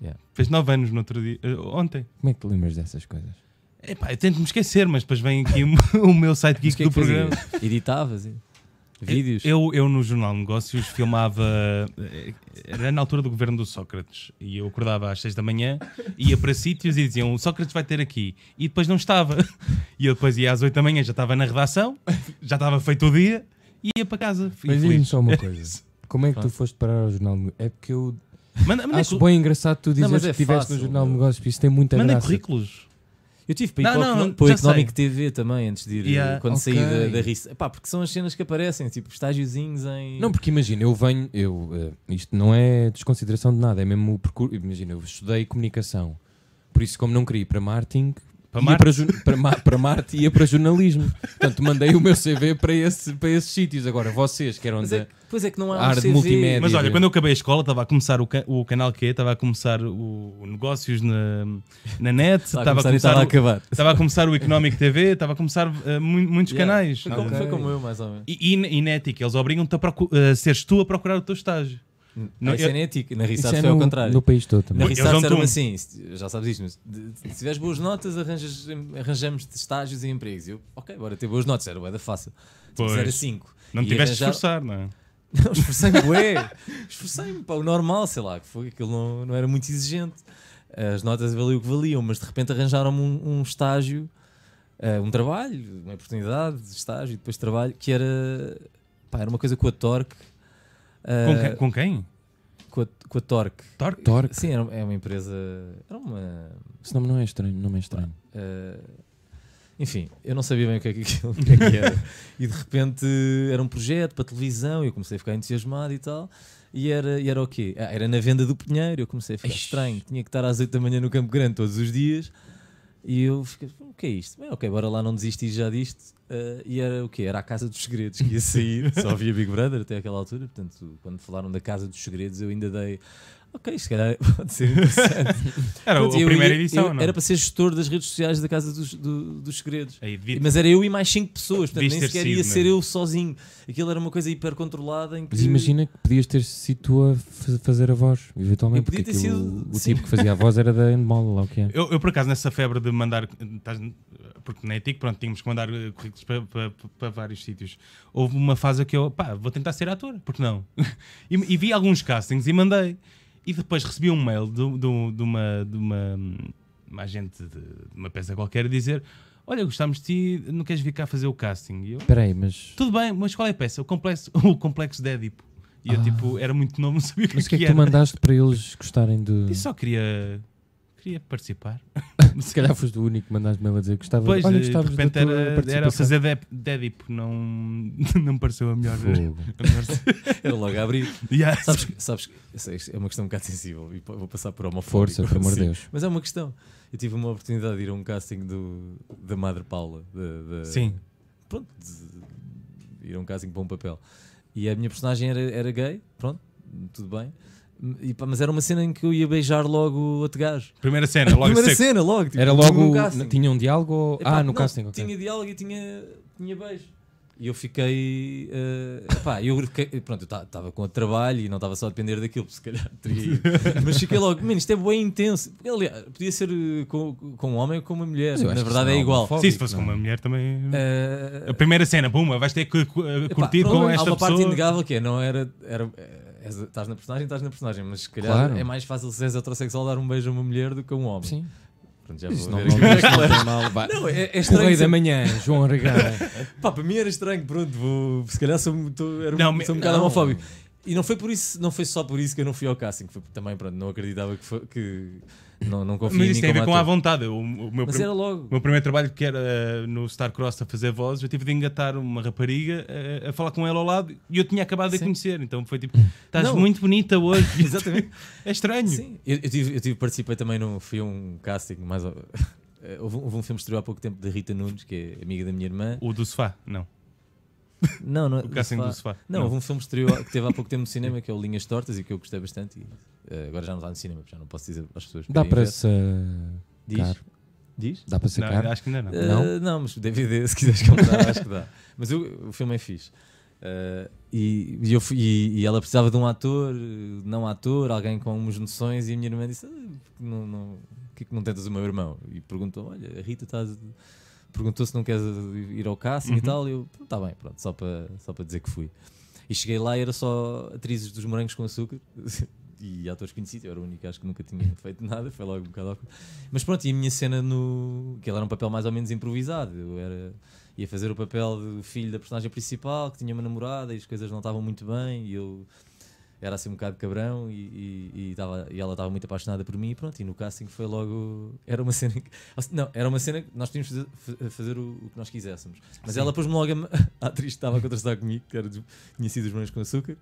[SPEAKER 2] Yeah.
[SPEAKER 1] Fez nove anos no outro dia. eh, Ontem.
[SPEAKER 2] Como é que te lembras dessas coisas?
[SPEAKER 1] Epá, eu tento me esquecer, mas depois vem aqui o, o meu site
[SPEAKER 3] Mas
[SPEAKER 1] geek
[SPEAKER 3] o que é
[SPEAKER 1] do
[SPEAKER 3] que fazias?
[SPEAKER 1] programa.
[SPEAKER 3] Editavas? e- Vídeos?
[SPEAKER 1] Eu, eu no Jornal de Negócios filmava. eh, Era na altura do governo do Sócrates. E eu acordava às seis da manhã, ia para sítios e diziam: o Sócrates vai ter aqui. E depois não estava. E eu depois ia às oito da manhã, já estava na redação, já estava feito o dia, e ia para casa. Fui
[SPEAKER 2] Mas diz-me
[SPEAKER 1] feliz.
[SPEAKER 2] só uma coisa. Como é que tu foste parar ao Jornal de Negócios? É porque eu
[SPEAKER 1] Manda, manda,
[SPEAKER 2] acho
[SPEAKER 1] cu-
[SPEAKER 2] bem engraçado tu dizeres
[SPEAKER 3] mas
[SPEAKER 2] que
[SPEAKER 3] é
[SPEAKER 2] estiveste
[SPEAKER 3] fácil,
[SPEAKER 2] no Jornal de
[SPEAKER 3] meu.
[SPEAKER 2] Negócios, porque isso tem muita
[SPEAKER 1] mandem
[SPEAKER 2] graça.
[SPEAKER 1] currículos.
[SPEAKER 3] Eu tive para ir
[SPEAKER 1] Não,
[SPEAKER 3] para, o
[SPEAKER 1] não,
[SPEAKER 3] Econo-
[SPEAKER 1] não,
[SPEAKER 3] para o
[SPEAKER 1] já
[SPEAKER 3] Economic
[SPEAKER 1] sei.
[SPEAKER 3] TV também, antes de ir, eh,
[SPEAKER 1] Yeah.
[SPEAKER 3] quando saí
[SPEAKER 2] Ok.
[SPEAKER 3] da, da RIS. Epá, porque são as cenas que aparecem, tipo estágiozinhos em.
[SPEAKER 2] Não, porque imagina, eu venho, eu, eh, isto não é desconsideração de nada, é mesmo o percurso. Imagina, eu estudei comunicação, por isso, como não queria ir para marketing,
[SPEAKER 1] Para
[SPEAKER 2] ia
[SPEAKER 1] Marte.
[SPEAKER 2] para, ju- para, ma- para Marte ia para jornalismo. Portanto, mandei o meu CV para, esse, para esses sítios. Agora, vocês que eram
[SPEAKER 3] Mas
[SPEAKER 2] da.
[SPEAKER 3] é, que- pois é que não há
[SPEAKER 2] a
[SPEAKER 3] um
[SPEAKER 2] área de
[SPEAKER 3] CV.
[SPEAKER 2] multimédia.
[SPEAKER 1] Mas olha,
[SPEAKER 2] Dizer-
[SPEAKER 1] quando eu acabei a escola, estava a começar o, ca- o canal Q, estava a começar o, o negócios na, na net,
[SPEAKER 3] Estava a
[SPEAKER 1] estava
[SPEAKER 3] começar e estava a
[SPEAKER 1] o-
[SPEAKER 3] acabar.
[SPEAKER 1] estava a começar o Economic TV, estava a começar eh, mu- muitos
[SPEAKER 3] Yeah.
[SPEAKER 1] canais.
[SPEAKER 3] Foi, como,
[SPEAKER 2] Ok.
[SPEAKER 3] foi como eu, mais ou menos.
[SPEAKER 1] E, e, na- e na ética, eles obrigam-te a procu- a seres tu a procurar o teu estágio. Não,
[SPEAKER 3] Não, isso
[SPEAKER 1] eu-
[SPEAKER 3] é na ética. Na
[SPEAKER 2] Isso
[SPEAKER 3] Rissart
[SPEAKER 2] é
[SPEAKER 3] foi ao
[SPEAKER 2] no-
[SPEAKER 3] contrário.
[SPEAKER 2] No país todo
[SPEAKER 3] Na
[SPEAKER 2] também.
[SPEAKER 1] Não, eles
[SPEAKER 3] Rissart eram
[SPEAKER 1] dão-te um-
[SPEAKER 3] assim, se- já sabes isto, mas de- de- se tiveres boas notas, arranjas, arranjamos de estágios e empregos. E eu, ok, bora ter boas notas, era bué da fácil. Tipo,
[SPEAKER 1] Pois.
[SPEAKER 3] era 5.
[SPEAKER 1] Não te tiveste de esforçar, não é?
[SPEAKER 3] Não, esforcei-me, bué. Esforcei-me, pá, o normal, sei lá, que foi, aquilo não, não era muito exigente. As notas valiam o que valiam, mas de repente arranjaram-me um, um estágio, eh, um trabalho, uma oportunidade de estágio e depois trabalho, que era, pá, era uma coisa com a Torque. eh,
[SPEAKER 1] Com, quem- com quem?
[SPEAKER 3] com, a, com a Torque.
[SPEAKER 1] Torque?
[SPEAKER 2] Torque,
[SPEAKER 3] Sim, era, é uma empresa. Era uma.
[SPEAKER 2] esse nome não é estranho, não é estranho.
[SPEAKER 3] eh, enfim, eu não sabia bem o que é que, aquilo- o que é que era. e de repente era um projeto para televisão e eu comecei a ficar entusiasmado e tal. E era, e era o quê? Ah, era na venda do Pinheiro. Eu comecei a ficar
[SPEAKER 2] Ixi.
[SPEAKER 3] estranho. Tinha que estar às 8 da manhã no Campo Grande todos os dias. E eu fiquei, o que é isto? Bem, ok, bora lá, não desisti já disto. Eh, e era o quê? Era a Casa dos Segredos que ia sair. Só havia Big Brother até aquela altura. Portanto, quando falaram da Casa dos Segredos, eu ainda dei, ok, se calhar pode ser interessante.
[SPEAKER 1] Era o-
[SPEAKER 3] Portanto,
[SPEAKER 1] Ah, a
[SPEAKER 3] eu
[SPEAKER 1] primeira
[SPEAKER 3] ia-
[SPEAKER 1] edição,
[SPEAKER 3] eu
[SPEAKER 1] não? é?
[SPEAKER 3] Era para ser gestor das redes sociais da Casa dos, do- dos Segredos.
[SPEAKER 1] Aí, devia-
[SPEAKER 3] Mas era eu e mais cinco pessoas, portanto,
[SPEAKER 1] Devias
[SPEAKER 3] nem
[SPEAKER 1] ter
[SPEAKER 3] sequer
[SPEAKER 1] sido, não
[SPEAKER 3] ia
[SPEAKER 1] é?
[SPEAKER 3] ser eu sozinho. Aquilo era uma coisa hiper controlada em que.
[SPEAKER 2] Mas imagina que podias ter sido tu a fa- fazer a voz, eventualmente,
[SPEAKER 3] Eu podia
[SPEAKER 2] porque
[SPEAKER 3] ter
[SPEAKER 2] aquilo-
[SPEAKER 3] sido-
[SPEAKER 2] o
[SPEAKER 3] sim.
[SPEAKER 2] tipo que fazia a voz era da Endmola, lá o que é.
[SPEAKER 1] Eu, eu, por acaso, nessa febre de mandar. estás- Porque na ETIC, pronto, tínhamos que mandar eh, currículos para, para- para vários sítios. Houve uma fase que eu, pá, vou tentar ser ator, porque não? e, e vi alguns castings e mandei. E depois recebi um mail do- do- de, uma, de uma, uma agente de, de uma peça qualquer a dizer: Olha, gostámos de ti, não queres vir cá fazer o casting? E eu,
[SPEAKER 2] Espera aí, mas.
[SPEAKER 1] tudo bem, mas qual é a peça? O complexo, o complexo de Édipo. E eu,
[SPEAKER 2] Ah.
[SPEAKER 1] tipo, era muito novo, não sabia o que,
[SPEAKER 2] Mas o que é que
[SPEAKER 1] era.
[SPEAKER 2] tu mandaste para eles gostarem de.
[SPEAKER 1] E só queria, queria participar.
[SPEAKER 2] Se calhar foste o único que mandaste mail a dizer que gostava
[SPEAKER 1] Pois,
[SPEAKER 3] eh,
[SPEAKER 2] Olha,
[SPEAKER 1] de
[SPEAKER 2] gostavas da
[SPEAKER 1] repente
[SPEAKER 2] tua
[SPEAKER 1] era, era
[SPEAKER 2] participação.
[SPEAKER 1] fazer de, de Édipo, não, não me pareceu a melhor.
[SPEAKER 2] Fogo.
[SPEAKER 1] a melhor-
[SPEAKER 3] Era logo a abrir.
[SPEAKER 1] Yeah.
[SPEAKER 3] sabes, que- sabes, que- eu sei, isto é uma questão um bocado sensível e po- vou passar por uma
[SPEAKER 2] Força, pelo amor de Deus.
[SPEAKER 3] Mas é uma questão. Eu tive uma oportunidade de ir a um casting do, da Madre Paula. da- da-
[SPEAKER 1] Sim,
[SPEAKER 3] pronto, de- de ir a um casting para um papel. E a minha personagem era, era gay, pronto, tudo bem. E pá, mas era uma cena em que eu ia beijar logo outro gajo.
[SPEAKER 1] primeira cena, logo
[SPEAKER 3] Primeira
[SPEAKER 1] seco.
[SPEAKER 3] cena, logo. tipo,
[SPEAKER 2] Era
[SPEAKER 3] num
[SPEAKER 2] logo.
[SPEAKER 3] casting.
[SPEAKER 2] Tinha um diálogo ou. ah,
[SPEAKER 3] Epá,
[SPEAKER 2] no
[SPEAKER 3] não,
[SPEAKER 2] casting, ok.
[SPEAKER 3] Tinha diálogo e tinha, tinha beijo. E eu fiquei. eh, epá, eu fiquei- pronto, eu estava com o trabalho e não estava só a depender daquilo, porque se calhar teria ido. Mas fiquei logo, mano, isto é bem intenso. Porque, Aliás, podia ser eh, com, com um homem ou com uma mulher,
[SPEAKER 2] Mas eu
[SPEAKER 3] na
[SPEAKER 2] acho que isso
[SPEAKER 3] verdade é
[SPEAKER 2] não é
[SPEAKER 3] igual.
[SPEAKER 2] homofóbico.
[SPEAKER 1] Sim, se fosse
[SPEAKER 2] Não. É.
[SPEAKER 1] com uma mulher também.
[SPEAKER 3] Eh,
[SPEAKER 1] A primeira cena, puma, vais ter que cu- uh,
[SPEAKER 3] Epá,
[SPEAKER 1] curtir
[SPEAKER 3] pronto,
[SPEAKER 1] com
[SPEAKER 3] Há
[SPEAKER 1] esta
[SPEAKER 3] uma parte
[SPEAKER 1] pessoa.
[SPEAKER 3] inegável que é, não era. era eh, és- estás na personagem, estás na personagem, mas se calhar
[SPEAKER 2] Claro.
[SPEAKER 3] é mais fácil seres heterossexual dar um beijo a uma mulher do que a um homem.
[SPEAKER 2] Sim.
[SPEAKER 3] Pronto, já
[SPEAKER 2] Mas
[SPEAKER 3] vou
[SPEAKER 2] não,
[SPEAKER 3] ver
[SPEAKER 2] não,
[SPEAKER 3] aqui.
[SPEAKER 2] não, tem mal. Vai.
[SPEAKER 3] Não, é, é estranho.
[SPEAKER 2] Correio da
[SPEAKER 3] ser-
[SPEAKER 2] manhã, João Arregada.
[SPEAKER 3] Pá, para mim era estranho, pronto, vou, se calhar sou, muito- era,
[SPEAKER 1] Não,
[SPEAKER 3] um-
[SPEAKER 1] me-
[SPEAKER 3] sou um bocado
[SPEAKER 1] não.
[SPEAKER 3] homofóbico. E não foi, por isso, não foi só por isso que eu não fui ao casting, foi porque também, pronto, não acreditava que, foi- que Não, não confio
[SPEAKER 1] Mas
[SPEAKER 3] em
[SPEAKER 1] isso
[SPEAKER 3] mim
[SPEAKER 1] tem a ver
[SPEAKER 3] como
[SPEAKER 1] com à
[SPEAKER 3] ator.
[SPEAKER 1] vontade. O, o meu
[SPEAKER 3] Mas
[SPEAKER 1] prim-
[SPEAKER 3] era logo.
[SPEAKER 1] o meu primeiro trabalho, que era eh, no Starcross a fazer vozes, eu tive de engatar uma rapariga eh, a, falar com ela ao lado e eu tinha acabado de a
[SPEAKER 3] Sim. Hum.
[SPEAKER 1] conhecer. Então foi tipo, estás
[SPEAKER 3] Não.
[SPEAKER 1] muito bonita hoje.
[SPEAKER 3] Exatamente.
[SPEAKER 1] é estranho.
[SPEAKER 3] Sim, eu, eu tive, eu tive- participei também num fui a um casting, mais ou- eh, houve, um- houve um filme que estreou há pouco tempo de Rita Nunes, que é amiga da minha irmã.
[SPEAKER 1] O do sofá, não.
[SPEAKER 3] Não, não é-
[SPEAKER 1] O casting do sofá.
[SPEAKER 3] Não, houve um filme que estreou- que teve há pouco tempo no cinema, que é o Linhas Tortas, e que eu gostei bastante. E, eh, agora já não está no cinema, já não posso dizer às pessoas.
[SPEAKER 2] Dá
[SPEAKER 3] irem
[SPEAKER 2] para
[SPEAKER 3] ver.
[SPEAKER 2] sacar.
[SPEAKER 3] Diz? Diz?
[SPEAKER 2] Dá para
[SPEAKER 1] Não,
[SPEAKER 2] sacar.
[SPEAKER 1] acho que ainda Ah, não.
[SPEAKER 3] Eh,
[SPEAKER 2] Não?
[SPEAKER 3] não, mas DVD, se quiseres comprar, acho que dá. Mas eu- o filme é fixe. Eh, e, e eu fui- e- e ela precisava de um ator, eh, não ator, alguém com umas noções, e a minha irmã disse: "Ah, por que não, não, que é que não tentas o meu irmão? E perguntou: Olha, a Rita está. Perguntou se não queres ir ao casting e tal. E eu, está bem, pronto, só para, só para dizer que fui. E cheguei lá e era só atrizes dos Morangos com Açúcar e atores conhecidos. Eu era o único, acho que nunca tinha feito nada, foi logo um bocado awkward. Mas pronto, e a minha cena no. que era um papel mais ou menos improvisado. Eu era. ia fazer o papel do filho da personagem principal, que tinha uma namorada e as coisas não estavam muito bem e eu. Era assim um bocado cabrão e, e, e, tava- e ela estava muito apaixonada por mim e pronto, e no casting foi logo. Era uma cena que. ou se- Não, era uma cena que nós tínhamos de fazer, fazer o, o que nós quiséssemos. Mas ela pôs-me logo a, a atriz que estava a contrastar comigo, que era do, tinha sido os Morangos com Açúcar,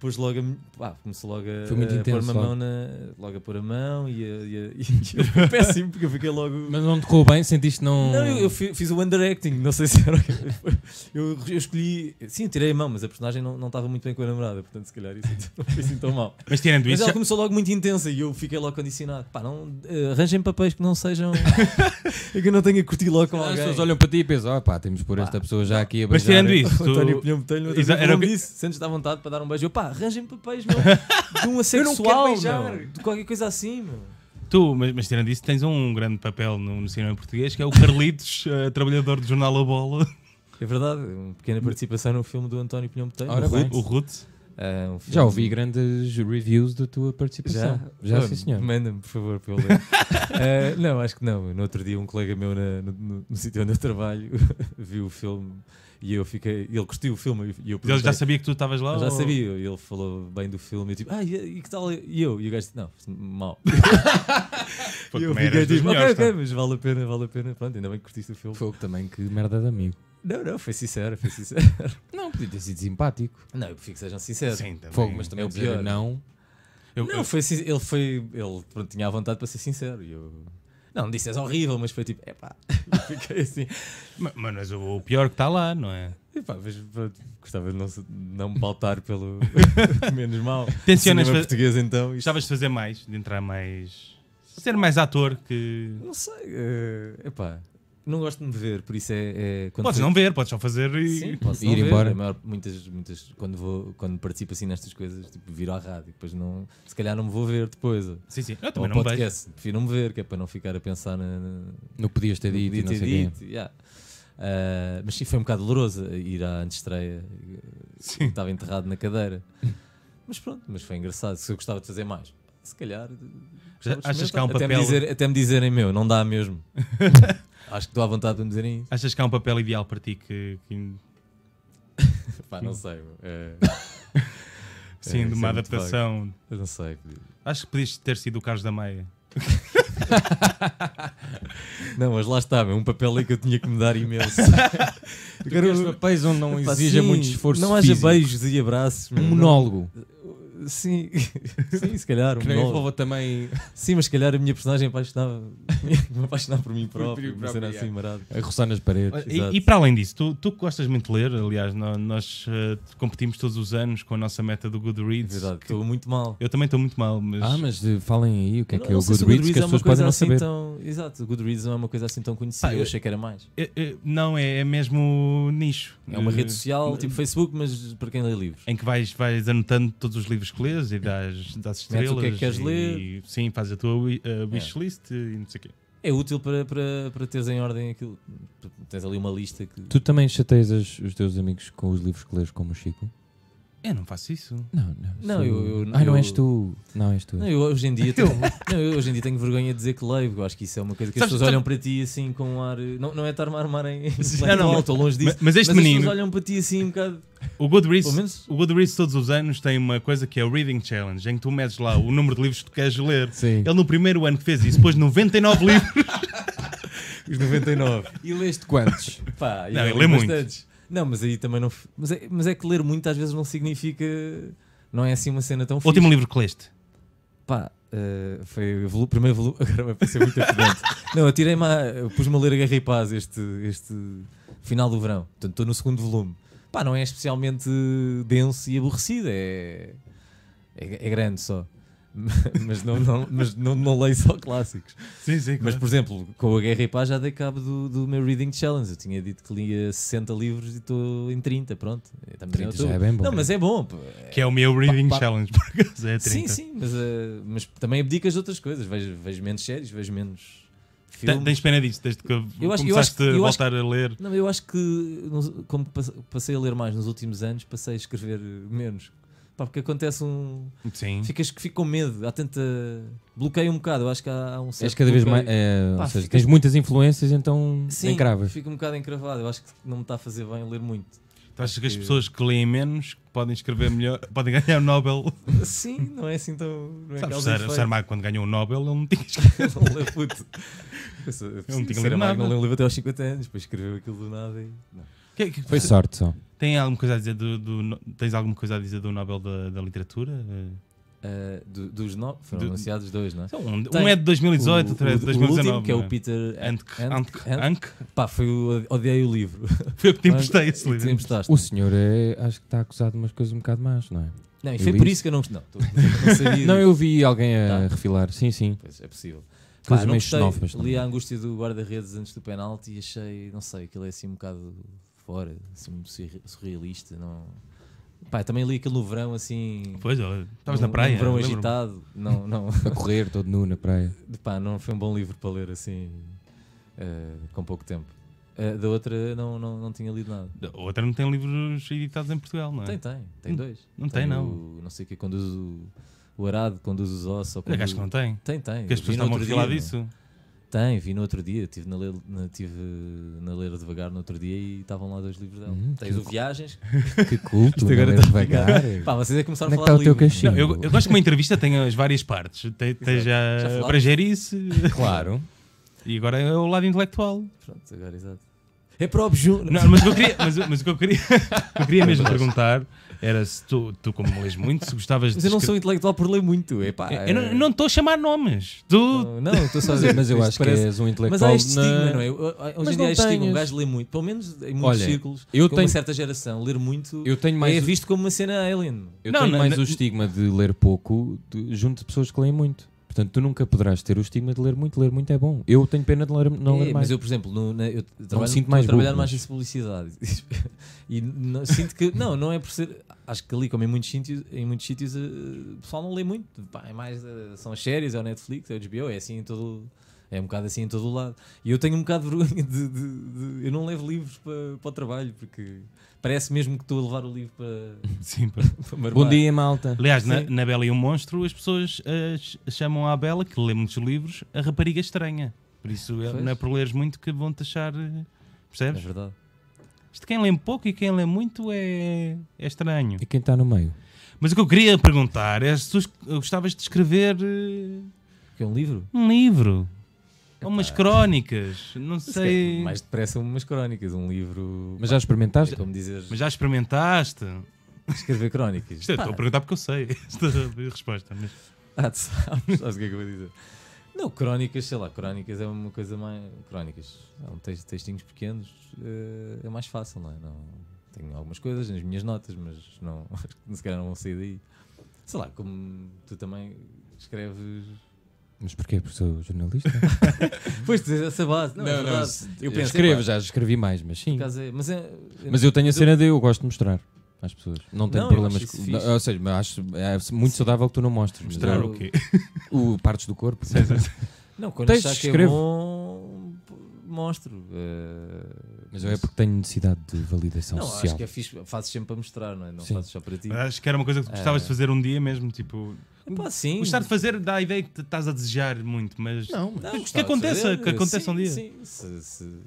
[SPEAKER 3] pôs logo a, me- pá, começou logo a,
[SPEAKER 2] Foi muito
[SPEAKER 3] a pôr
[SPEAKER 2] intenso,
[SPEAKER 3] uma
[SPEAKER 2] logo.
[SPEAKER 3] mão na. logo a pôr a mão e, a, e, a, e eu fui péssimo porque eu fiquei logo.
[SPEAKER 2] Mas não te correu bem? Sentiste não.
[SPEAKER 3] Não, eu,
[SPEAKER 1] Hum.
[SPEAKER 3] eu fi- fiz o underacting, não sei se era o que foi. eu, eu escolhi. Sim, eu tirei a mão, mas a personagem não não estava muito bem com a namorada, portanto, se calhar isso não foi assim tão mal.
[SPEAKER 1] Mas tirando
[SPEAKER 3] Mas
[SPEAKER 1] isso,
[SPEAKER 3] ela
[SPEAKER 1] já-
[SPEAKER 3] começou logo muito intensa e eu fiquei logo condicionado. Pá, não, eh, arranjem papéis que não sejam. e que eu não tenha curtido logo com
[SPEAKER 2] As
[SPEAKER 3] alguém.
[SPEAKER 2] pessoas olham para ti e pensam, ó pá, temos por esta pessoa já aqui a
[SPEAKER 1] mas
[SPEAKER 2] beijar."
[SPEAKER 1] tirando isso,
[SPEAKER 3] né? O António
[SPEAKER 1] tu-
[SPEAKER 3] Pinhão Botelho
[SPEAKER 1] Exa-
[SPEAKER 3] era
[SPEAKER 1] era o
[SPEAKER 3] me
[SPEAKER 1] que-
[SPEAKER 3] disse, sentes-te à vontade para dar um beijo. Eu, pá, arranjem papéis, meu, de um assexual,
[SPEAKER 2] beijar.
[SPEAKER 3] meu, de qualquer coisa assim, meu.
[SPEAKER 1] tu, mas, mas tirando isso, tens um grande papel no, no cinema português que é o Carlitos, eh, trabalhador do jornal A Bola,
[SPEAKER 3] É verdade, uma pequena participação no filme do António Pinhão Botelho.
[SPEAKER 2] Ora
[SPEAKER 3] o
[SPEAKER 2] bem.
[SPEAKER 3] Ruth.
[SPEAKER 1] o Ruth.
[SPEAKER 3] É, um filme
[SPEAKER 2] Já ouvi grandes reviews da tua participação. Já, sim, senhor.
[SPEAKER 3] Manda-me, por favor, para eu ler. Eh, não, acho que não. No outro dia, um colega meu na- no, no- no sítio onde eu trabalho viu o filme e eu fiquei. Ele curtiu o filme e eu
[SPEAKER 1] Ele já
[SPEAKER 3] perguntei-
[SPEAKER 1] sabia Oh. que tu estavas lá?
[SPEAKER 3] Eu já
[SPEAKER 1] ou-
[SPEAKER 3] sabia, ele falou bem do filme. Eu tipo, ah, e, e que tal? E eu? E o gajo disse, não, mal.
[SPEAKER 1] Pô,
[SPEAKER 3] E eu
[SPEAKER 1] também eras dos
[SPEAKER 3] tipo, ok,
[SPEAKER 1] melhores,
[SPEAKER 3] ok,
[SPEAKER 1] tá?
[SPEAKER 3] mas vale a pena, vale a pena. Pronto, ainda bem que curtiste o filme.
[SPEAKER 2] Fogo também, que merda de amigo.
[SPEAKER 3] Não, não, foi sincero, foi sincero.
[SPEAKER 2] Não, podia ter sido simpático.
[SPEAKER 3] não, eu prefiro que sejam sinceros.
[SPEAKER 1] tá? Sim, também.
[SPEAKER 2] Fogo, mas também
[SPEAKER 3] É o
[SPEAKER 2] dizer
[SPEAKER 3] pior.
[SPEAKER 2] não.
[SPEAKER 1] Eu-
[SPEAKER 3] Não,
[SPEAKER 1] eu-
[SPEAKER 3] foi sin- ele foi. Ele pronto, tinha a vontade para ser sincero. E eu. Não, não disse és horrível, mas foi tipo, epá. Eu fiquei assim.
[SPEAKER 1] ma- mas, o o pior que está lá, não é?
[SPEAKER 3] Epá, mas pronto, gostava de não, se- não me pautar pelo menos mal.
[SPEAKER 1] Tencionas
[SPEAKER 3] Cinema
[SPEAKER 1] fa-
[SPEAKER 3] português então. isto-
[SPEAKER 1] Gostavas de fazer mais, de entrar mais. Ser mais ator que.
[SPEAKER 3] Não sei. eh, epá, não gosto de me ver, por isso é. é quando
[SPEAKER 1] Podes
[SPEAKER 3] foi-
[SPEAKER 1] não ver, podes só fazer e.
[SPEAKER 3] Sim, posso
[SPEAKER 2] Ir
[SPEAKER 3] não ver.
[SPEAKER 2] embora.
[SPEAKER 3] A maior- muitas, muitas, quando, vou, quando participo assim nestas coisas, tipo, viro à rádio. Depois não. Se calhar não me vou ver depois. ou-
[SPEAKER 1] Sim, sim. Eu
[SPEAKER 3] Ou
[SPEAKER 1] também
[SPEAKER 3] ao
[SPEAKER 1] não vejo.
[SPEAKER 3] podcast. Prefiro não me ver, que é para não ficar a pensar na- na,
[SPEAKER 2] Não podias ter dito e não
[SPEAKER 3] Podia ter
[SPEAKER 2] sei o quê.
[SPEAKER 3] dito, yeah. Ah, mas sim, foi um bocado doloroso ir à antestreia.
[SPEAKER 1] Sim.
[SPEAKER 3] Estava enterrado na cadeira. Mas pronto, mas foi engraçado. Se eu gostava de fazer mais, se calhar. gostava de
[SPEAKER 1] achas que há um
[SPEAKER 3] experimentar.
[SPEAKER 1] papel-
[SPEAKER 3] Até me, dizer- até me dizerem meu, não dá mesmo. Acho que estou à vontade de me dizerem isso.
[SPEAKER 1] Achas que há um papel ideal para ti que. que-
[SPEAKER 3] Pá, não sei. meu. É,
[SPEAKER 1] sim, de
[SPEAKER 3] isso
[SPEAKER 1] uma
[SPEAKER 3] é muito
[SPEAKER 1] adaptação.
[SPEAKER 3] eu não sei.
[SPEAKER 1] Acho que podias ter sido o Carlos da Maia.
[SPEAKER 3] Não, mas lá está, meu, um papel aí que eu tinha que me dar imenso.
[SPEAKER 2] Tu
[SPEAKER 3] quero-
[SPEAKER 2] queres papéis onde não
[SPEAKER 3] Pá,
[SPEAKER 2] exija
[SPEAKER 3] sim,
[SPEAKER 2] muito esforço
[SPEAKER 3] Não haja
[SPEAKER 2] físico.
[SPEAKER 3] beijos e abraços. meu,
[SPEAKER 2] Um
[SPEAKER 3] não-
[SPEAKER 2] monólogo.
[SPEAKER 3] Sim, sim, se calhar. Um
[SPEAKER 2] que não
[SPEAKER 3] monólogo.
[SPEAKER 2] envolva também
[SPEAKER 3] Sim, mas se calhar a minha personagem apaixonava me apaixonar por mim próprio,
[SPEAKER 2] próprio,
[SPEAKER 3] uma cena
[SPEAKER 2] yeah.
[SPEAKER 3] assim marada.
[SPEAKER 2] a roçar nas paredes.
[SPEAKER 1] E-
[SPEAKER 3] Exato.
[SPEAKER 1] E, para além disso, tu, tu que gostas muito de ler, aliás, nó- nós, eh, competimos todos os anos com a nossa meta do
[SPEAKER 3] É
[SPEAKER 1] Goodreads.
[SPEAKER 3] verdade, estou muito mal.
[SPEAKER 1] Eu também estou muito mal, mas.
[SPEAKER 2] Ah, mas eh, falem aí o que é
[SPEAKER 3] Não-
[SPEAKER 2] que é
[SPEAKER 3] não
[SPEAKER 2] o
[SPEAKER 3] sei se
[SPEAKER 2] Goodreads, que
[SPEAKER 3] é
[SPEAKER 2] as
[SPEAKER 3] uma
[SPEAKER 2] pessoas
[SPEAKER 3] coisa
[SPEAKER 2] podem não
[SPEAKER 3] assim
[SPEAKER 2] saber.
[SPEAKER 3] Tão... Exato, o Goodreads não é uma coisa assim tão conhecida.
[SPEAKER 1] Pá,
[SPEAKER 3] eu
[SPEAKER 1] eu-
[SPEAKER 3] achei que era mais.
[SPEAKER 1] Eh, eh, não, é, é mesmo nicho.
[SPEAKER 3] É uma
[SPEAKER 1] Eh,
[SPEAKER 3] rede social, tipo Facebook, mas para quem lê livros.
[SPEAKER 1] Em que vais, vais anotando todos os livros que lês e das, das
[SPEAKER 3] Metes o que é
[SPEAKER 1] estrelas.
[SPEAKER 3] que queres
[SPEAKER 1] e,
[SPEAKER 3] ler.
[SPEAKER 1] Sim, faz a tua wi- a wishlist e não sei o quê.
[SPEAKER 3] É útil para, para, para teres em ordem aquilo. Tens ali uma lista que.
[SPEAKER 2] Tu também chateias as- os teus amigos com os livros que lês, como o Chico?
[SPEAKER 3] É,
[SPEAKER 1] Eu não faço isso.
[SPEAKER 2] Não, não.
[SPEAKER 3] Não,
[SPEAKER 2] sou-
[SPEAKER 3] eu- eu-
[SPEAKER 2] Ah, não
[SPEAKER 3] eu-
[SPEAKER 2] és tu. Não és tu.
[SPEAKER 3] Não, eu hoje em dia tenho, não, eu hoje em dia tenho vergonha de dizer que leigo. Acho que isso é uma coisa que as
[SPEAKER 1] Sabes-
[SPEAKER 3] pessoas
[SPEAKER 1] sabe-
[SPEAKER 3] olham para ti assim com um ar. eh, Não, não é estar-me a armar em.
[SPEAKER 1] Não, não,
[SPEAKER 3] Estou longe disso.
[SPEAKER 1] Mas, mas este
[SPEAKER 3] mas as
[SPEAKER 1] menino,
[SPEAKER 3] pessoas olham para ti assim um bocado.
[SPEAKER 1] o Goodreads,
[SPEAKER 3] Pelo menos.
[SPEAKER 1] o Goodreads todos os anos tem uma coisa que é o Reading Challenge, em que tu medes lá o número de livros que tu queres ler.
[SPEAKER 2] Sim.
[SPEAKER 1] Ele no primeiro ano que fez isso, pôs 99 livros.
[SPEAKER 3] Os 99.
[SPEAKER 2] E leste quantos?
[SPEAKER 3] Pá, e
[SPEAKER 1] Não,
[SPEAKER 3] eu
[SPEAKER 1] eu
[SPEAKER 3] li
[SPEAKER 1] leio muito.
[SPEAKER 3] bastantes. Não, mas aí também não. f- Mas é, mas é que ler muito às vezes não significa. Não é assim uma cena tão fixe.
[SPEAKER 1] Último livro que leste.
[SPEAKER 3] Pá, eh, foi o volu- primeiro volume. Agora vai parecer muito pedante. não, eu tirei-me a. eu Pus-me a ler a Guerra e Paz este, este final do verão. Portanto, estou no segundo volume. Pá, não é especialmente denso e aborrecido. É, é, é grande só. mas não, não, mas não, não leio só clássicos.
[SPEAKER 1] Sim, sim.
[SPEAKER 3] Mas, por exemplo, com a Guerra e Paz já dei cabo do, do meu Reading Challenge. Eu tinha dito que lia 60 livros e estou em 30, pronto. Também
[SPEAKER 2] 30 já
[SPEAKER 3] estou-
[SPEAKER 2] é bem bom.
[SPEAKER 3] Não, mas é bom. pô.
[SPEAKER 1] Que é o meu Reading
[SPEAKER 3] Pa- pa-
[SPEAKER 1] Challenge, por acaso. É 30.
[SPEAKER 3] Sim, sim, mas, eh, mas também abdicas de outras coisas. Vejo, vejo menos séries, vejo menos
[SPEAKER 1] Te-
[SPEAKER 3] filmes.
[SPEAKER 1] Tens pena disso, desde que
[SPEAKER 3] eu acho
[SPEAKER 1] começaste
[SPEAKER 3] que- eu
[SPEAKER 1] a
[SPEAKER 3] acho
[SPEAKER 1] voltar a ler.
[SPEAKER 3] Não, eu acho que, nos- como pas- passei a ler mais nos últimos anos, passei a escrever menos. Pá, porque acontece um.
[SPEAKER 2] Hum.
[SPEAKER 1] Sim.
[SPEAKER 3] Ficas que fico com medo, há tanta. Bloqueio um bocado, eu acho que há, há um certo.
[SPEAKER 2] És cada vez mais.
[SPEAKER 3] bloqueio.
[SPEAKER 2] é,
[SPEAKER 3] Pá,
[SPEAKER 2] ou seja,
[SPEAKER 3] ficas-
[SPEAKER 2] tens muitas influências, então
[SPEAKER 3] Sim,
[SPEAKER 2] encravas.
[SPEAKER 3] fico um bocado encravado. Eu acho que não me está a fazer bem ler muito.
[SPEAKER 1] Tu achas que as pessoas que leem menos podem escrever melhor, podem ganhar o Nobel?
[SPEAKER 3] Sim, não é assim tão. Não é
[SPEAKER 1] Sabes, o
[SPEAKER 3] causa e
[SPEAKER 1] Sar- o
[SPEAKER 3] efeito.
[SPEAKER 1] Saramago, quando ganhou o Nobel, ele não tinha
[SPEAKER 3] não lê puto. Eu sou- eu
[SPEAKER 1] tinha lido
[SPEAKER 3] Saramago
[SPEAKER 1] nada.
[SPEAKER 3] Não leu um livro até aos 50 anos, depois escreveu aquilo do nada e. não.
[SPEAKER 1] Que- é que-
[SPEAKER 2] Foi sorte só.
[SPEAKER 1] Tem alguma coisa a dizer do, do no- tens alguma coisa a dizer do Nobel da, da literatura? Eh,
[SPEAKER 3] Uh, do- dos nove foram
[SPEAKER 1] Do-
[SPEAKER 3] anunciados dois, não é?
[SPEAKER 1] então, um,
[SPEAKER 3] Tem.
[SPEAKER 1] um é de 2018,
[SPEAKER 3] O-
[SPEAKER 1] outro é de
[SPEAKER 3] o- o último,
[SPEAKER 1] 2019.
[SPEAKER 3] que é
[SPEAKER 1] não
[SPEAKER 3] o Peter Ant-
[SPEAKER 1] Ank,
[SPEAKER 3] Ant-
[SPEAKER 1] Ank,
[SPEAKER 3] Ant-
[SPEAKER 1] Ank.
[SPEAKER 3] Pá, foi o odiei o livro.
[SPEAKER 1] Foi o que te emprestei esse
[SPEAKER 3] Tu
[SPEAKER 1] livro.
[SPEAKER 3] emprestaste.
[SPEAKER 2] O senhor é, acho que está acusado de umas coisas um bocado más, não é?
[SPEAKER 3] Não, e
[SPEAKER 2] eu
[SPEAKER 3] foi
[SPEAKER 2] li
[SPEAKER 3] por
[SPEAKER 2] isso.
[SPEAKER 3] isso que eu não Não, tô- não sabia.
[SPEAKER 2] Não,
[SPEAKER 3] disso.
[SPEAKER 2] eu vi alguém a
[SPEAKER 3] Tá.
[SPEAKER 2] refilar. Sim, sim.
[SPEAKER 3] Pois, é possível. Pá,
[SPEAKER 2] Coisas
[SPEAKER 3] não
[SPEAKER 2] meio
[SPEAKER 3] gostei.
[SPEAKER 2] xenófobas.
[SPEAKER 3] Li
[SPEAKER 2] também.
[SPEAKER 3] a angústia do guarda-redes antes do penalti e achei, não sei, aquilo é assim um bocado fora, assim, surri- surrealista. Não... Pá, também li aquilo no verão, assim.
[SPEAKER 1] Pois, ó, estavas
[SPEAKER 3] num-
[SPEAKER 1] na praia.
[SPEAKER 3] Num verão
[SPEAKER 1] lembro-me.
[SPEAKER 3] agitado. Não, não.
[SPEAKER 2] A correr todo nu na praia.
[SPEAKER 3] Pá, não foi um bom livro para ler assim eh, com pouco tempo. Eh, da outra não, não, não tinha lido nada.
[SPEAKER 1] A Outra não tem livros editados em Portugal, não é?
[SPEAKER 3] Tem, tem, tem dois.
[SPEAKER 1] não tem, não.
[SPEAKER 3] O, não sei o que conduz o, o Arado, conduz os ossos. ou
[SPEAKER 1] Acho que
[SPEAKER 3] conduz-
[SPEAKER 1] não tem.
[SPEAKER 3] Tem, tem.
[SPEAKER 1] Porque as pessoas
[SPEAKER 3] Vi no
[SPEAKER 1] estavam a
[SPEAKER 3] outro
[SPEAKER 1] falar
[SPEAKER 3] dia,
[SPEAKER 1] disso.
[SPEAKER 3] não. Tem, vi no outro dia. Estive na, ler, na, tive na Ler Devagar no outro dia e estavam lá dois livros dela.
[SPEAKER 2] Hum,
[SPEAKER 3] Tens o Viagens.
[SPEAKER 2] Que culto,
[SPEAKER 3] Isto agora tá
[SPEAKER 2] agora
[SPEAKER 3] está a
[SPEAKER 2] devagar.
[SPEAKER 3] Pá, vocês é que começaram
[SPEAKER 2] Onde é que
[SPEAKER 3] a falar
[SPEAKER 2] está o teu
[SPEAKER 3] de livros.
[SPEAKER 2] cachinho?
[SPEAKER 1] Não, eu, eu gosto que uma entrevista tenha as várias partes. Tem, tem
[SPEAKER 3] Já
[SPEAKER 1] já
[SPEAKER 3] falámos.
[SPEAKER 1] a brejeirice
[SPEAKER 2] Claro.
[SPEAKER 1] e agora é o lado intelectual.
[SPEAKER 3] Pronto, agora, exato. É próprio Júnior.
[SPEAKER 1] Não, mas o que eu queria, mas, o- mas o que eu queria, o que eu queria mesmo perguntar era se tu, tu como lês muito, se gostavas de
[SPEAKER 3] Mas eu não
[SPEAKER 1] escre-
[SPEAKER 3] sou intelectual por ler muito. É pá.
[SPEAKER 1] Eu não- não estou a chamar nomes. Tu
[SPEAKER 3] Não, não, estou só a
[SPEAKER 2] Mas,
[SPEAKER 3] dizer.
[SPEAKER 2] mas eu
[SPEAKER 3] isto
[SPEAKER 2] acho que
[SPEAKER 3] parece-
[SPEAKER 2] és um
[SPEAKER 3] Mas
[SPEAKER 2] intelectual.
[SPEAKER 3] há este estigma,
[SPEAKER 2] na-
[SPEAKER 3] não é? Eu- eu- Hoje
[SPEAKER 2] Mas
[SPEAKER 3] em dia há
[SPEAKER 2] não
[SPEAKER 3] este estigma, um
[SPEAKER 2] tenhas.
[SPEAKER 3] gajo lê muito. Pelo menos em muitos
[SPEAKER 2] Olha,
[SPEAKER 3] círculos,
[SPEAKER 2] eu
[SPEAKER 3] com
[SPEAKER 2] tenho-
[SPEAKER 3] uma certa geração, ler muito
[SPEAKER 2] Eu tenho mais,
[SPEAKER 3] é
[SPEAKER 2] o-
[SPEAKER 3] visto como uma cena alien.
[SPEAKER 2] eu
[SPEAKER 1] Não,
[SPEAKER 2] tenho
[SPEAKER 1] não,
[SPEAKER 2] mais
[SPEAKER 1] não-
[SPEAKER 2] o estigma de ler pouco de- junto de pessoas que leem muito. Portanto, tu nunca poderás ter o estigma de ler muito. Ler muito é bom. Eu tenho pena de ler, não
[SPEAKER 3] É,
[SPEAKER 2] ler mais.
[SPEAKER 3] mas eu, por exemplo, no, na, eu trabalho,
[SPEAKER 2] sinto
[SPEAKER 3] estou
[SPEAKER 2] mais
[SPEAKER 3] a trabalhar
[SPEAKER 2] burro,
[SPEAKER 3] mais
[SPEAKER 2] mas-
[SPEAKER 3] nessa publicidade e não- sinto que, não, não é por ser. Acho que ali, como em muitos sítios, em muitos sítios eh, o pessoal não lê muito. Pá, é mais, eh, são as séries, é o Netflix, é o HBO, é assim em todo. É um bocado assim em todo o lado. E eu tenho um bocado de vergonha de. de- de- eu não levo livros para, para o trabalho porque parece mesmo que estou a levar o livro para.
[SPEAKER 1] Sim, pá.
[SPEAKER 3] para marmar.
[SPEAKER 2] Bom dia, malta.
[SPEAKER 1] Aliás, na,
[SPEAKER 3] Sim.
[SPEAKER 1] na Bela e o Monstro, as pessoas ah, ch- chamam à Bela, que lê muitos livros, a rapariga estranha. Por isso é-
[SPEAKER 3] Pois.
[SPEAKER 1] não é por leres muito que vão te achar. eh,
[SPEAKER 3] É
[SPEAKER 1] Percebes?
[SPEAKER 3] verdade.
[SPEAKER 1] Isto quem lê pouco e quem lê muito é, é estranho.
[SPEAKER 2] E quem está no meio?
[SPEAKER 1] Mas o que eu queria perguntar é se tu es- gostavas de escrever eh,
[SPEAKER 3] Que é um livro?
[SPEAKER 1] um livro. Ou umas crónicas. Não
[SPEAKER 3] É
[SPEAKER 1] sei.
[SPEAKER 3] mais depressa umas crónicas, um livro.
[SPEAKER 2] Mas já
[SPEAKER 3] é
[SPEAKER 2] experimentaste?
[SPEAKER 3] como dizer
[SPEAKER 1] Mas já experimentaste?
[SPEAKER 3] escrever crónicas.
[SPEAKER 1] Isto é, estou a perguntar porque eu sei esta resposta. Mas...
[SPEAKER 3] Ah, tu sabes, sabes o que é que eu vou dizer? Não, crónicas, sei lá, crónicas é uma coisa mais. Crónicas, há um texto, textinhos pequenos, eh, é mais fácil, não é? Não, tenho algumas coisas nas minhas notas, mas não, acho que se calhar não vão sair daí. Sei lá, como tu também escreves.
[SPEAKER 2] Mas porquê? Porque sou jornalista?
[SPEAKER 3] Pois, tens essa base, não, é verdade.
[SPEAKER 2] Eu
[SPEAKER 3] penso,
[SPEAKER 2] escrevo,
[SPEAKER 3] epá,
[SPEAKER 2] já escrevi mais, mas sim.
[SPEAKER 3] por acaso é- mas, é,
[SPEAKER 2] Mas eu tenho a cena de eu gosto de mostrar às pessoas. Não tenho
[SPEAKER 3] Não, eu
[SPEAKER 2] problemas.
[SPEAKER 3] acho isso
[SPEAKER 2] com-
[SPEAKER 3] fixe.
[SPEAKER 2] Ou seja, mas acho é muito saudável que tu não mostres. mas
[SPEAKER 1] Mostrar
[SPEAKER 2] eu-
[SPEAKER 1] o quê?
[SPEAKER 2] o partes do corpo.
[SPEAKER 3] Não, quando
[SPEAKER 2] Textos,
[SPEAKER 3] achar que é
[SPEAKER 2] escrevo.
[SPEAKER 3] bom, p- mostro. Eh,
[SPEAKER 2] Mas eu é porque tenho necessidade de validação
[SPEAKER 3] Não,
[SPEAKER 2] social.
[SPEAKER 3] acho que é fixe, fazes sempre para mostrar, não é? Não
[SPEAKER 2] Sim. Ah,
[SPEAKER 3] fazes só para ti.
[SPEAKER 1] Acho que era uma coisa que tu gostavas
[SPEAKER 3] É.
[SPEAKER 1] de fazer um dia mesmo, tipo.
[SPEAKER 3] Epá, sim.
[SPEAKER 1] Gostar de fazer dá a ideia que te estás a desejar muito, mas
[SPEAKER 2] Não, mas-
[SPEAKER 3] Não,
[SPEAKER 1] Que
[SPEAKER 3] gostava de
[SPEAKER 1] aconteça,
[SPEAKER 3] fazer,
[SPEAKER 1] que aconteça
[SPEAKER 3] sim,
[SPEAKER 1] um dia.
[SPEAKER 3] Sim, se, se,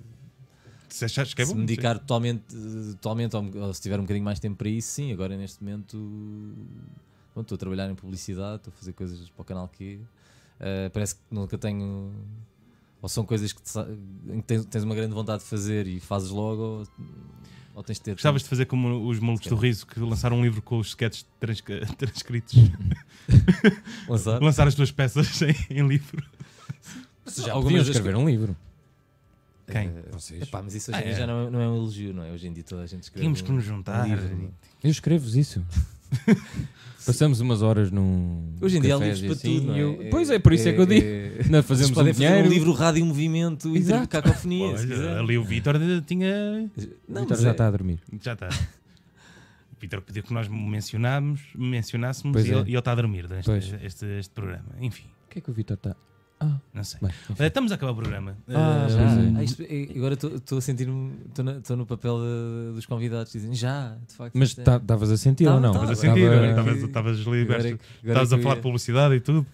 [SPEAKER 1] se achares que é
[SPEAKER 3] se
[SPEAKER 1] bom.
[SPEAKER 3] me
[SPEAKER 1] sim.
[SPEAKER 3] dedicar totalmente, eh, totalmente ou, ou se tiver um bocadinho mais tempo para isso, sim. Agora, neste momento, bom, estou a trabalhar em publicidade, estou a fazer coisas para o canal que parece que nunca tenho. Ou são coisas que, te sa- em que tens, tens uma grande vontade de fazer e fazes logo, ou, ou tens de ter.
[SPEAKER 1] Gostavas de fazer como os malucos do riso que lançaram um livro com os sketches transca- transcritos.
[SPEAKER 3] lançar.
[SPEAKER 1] Lançar as tuas peças em, em livro.
[SPEAKER 2] já
[SPEAKER 3] Algumas
[SPEAKER 2] podiam
[SPEAKER 3] das
[SPEAKER 2] escrever um livro.
[SPEAKER 1] Quem?
[SPEAKER 3] Eh,
[SPEAKER 2] Vocês?
[SPEAKER 3] epá, mas isso hoje em
[SPEAKER 1] Ah,
[SPEAKER 3] dia
[SPEAKER 1] é.
[SPEAKER 3] já não é, não é um elogio, não é? Hoje em dia toda a gente escreve.
[SPEAKER 1] Tínhamos que
[SPEAKER 3] um-
[SPEAKER 1] nos juntar.
[SPEAKER 3] livro. é?
[SPEAKER 2] Eu escrevo-vos isso. Passamos umas horas num.
[SPEAKER 3] Hoje em dia há
[SPEAKER 2] café
[SPEAKER 3] livros
[SPEAKER 2] e
[SPEAKER 3] para
[SPEAKER 2] assim,
[SPEAKER 3] tudo. não
[SPEAKER 2] e eu-
[SPEAKER 3] é?
[SPEAKER 2] Pois é, por isso é, que eu digo. Nós
[SPEAKER 3] Vocês
[SPEAKER 2] fazemos um
[SPEAKER 3] podem fazer
[SPEAKER 2] dinheiro.
[SPEAKER 3] um livro Rádio Movimento e
[SPEAKER 2] Exato.
[SPEAKER 3] cacofonia. se
[SPEAKER 1] Olha,
[SPEAKER 3] quiser.
[SPEAKER 1] ali o Vitor tinha.
[SPEAKER 3] Não,
[SPEAKER 2] Vitor
[SPEAKER 3] mas
[SPEAKER 2] já
[SPEAKER 3] é-
[SPEAKER 2] está a dormir.
[SPEAKER 1] Já está. O Vitor pediu que nós mencionámos, mencionássemos
[SPEAKER 2] Pois
[SPEAKER 1] e
[SPEAKER 2] é.
[SPEAKER 1] ele e ele está a dormir durante
[SPEAKER 2] Pois.
[SPEAKER 1] este, este- este programa. Enfim,
[SPEAKER 2] O que é que o Vitor está. Ah,
[SPEAKER 1] não sei.
[SPEAKER 2] bem.
[SPEAKER 1] Olha, Estamos a acabar o programa.
[SPEAKER 2] Ah,
[SPEAKER 1] Eh,
[SPEAKER 2] já. Pois é.
[SPEAKER 3] Ah, isto- é- agora estou a sentir-me, estou no papel eh, dos convidados, dizem já, de facto.
[SPEAKER 2] Mas tá-
[SPEAKER 3] isto é-
[SPEAKER 2] estavas a sentir ou
[SPEAKER 3] Tava,
[SPEAKER 2] não?
[SPEAKER 3] tava.
[SPEAKER 1] Estavas a
[SPEAKER 3] Estava-
[SPEAKER 1] sentir,
[SPEAKER 2] Tava-
[SPEAKER 1] estavas- estavas
[SPEAKER 3] agora é
[SPEAKER 1] liberto.
[SPEAKER 3] que- agora é
[SPEAKER 1] Estavas
[SPEAKER 3] que
[SPEAKER 1] a
[SPEAKER 3] eu
[SPEAKER 1] falar de
[SPEAKER 3] ia-
[SPEAKER 1] publicidade e tudo.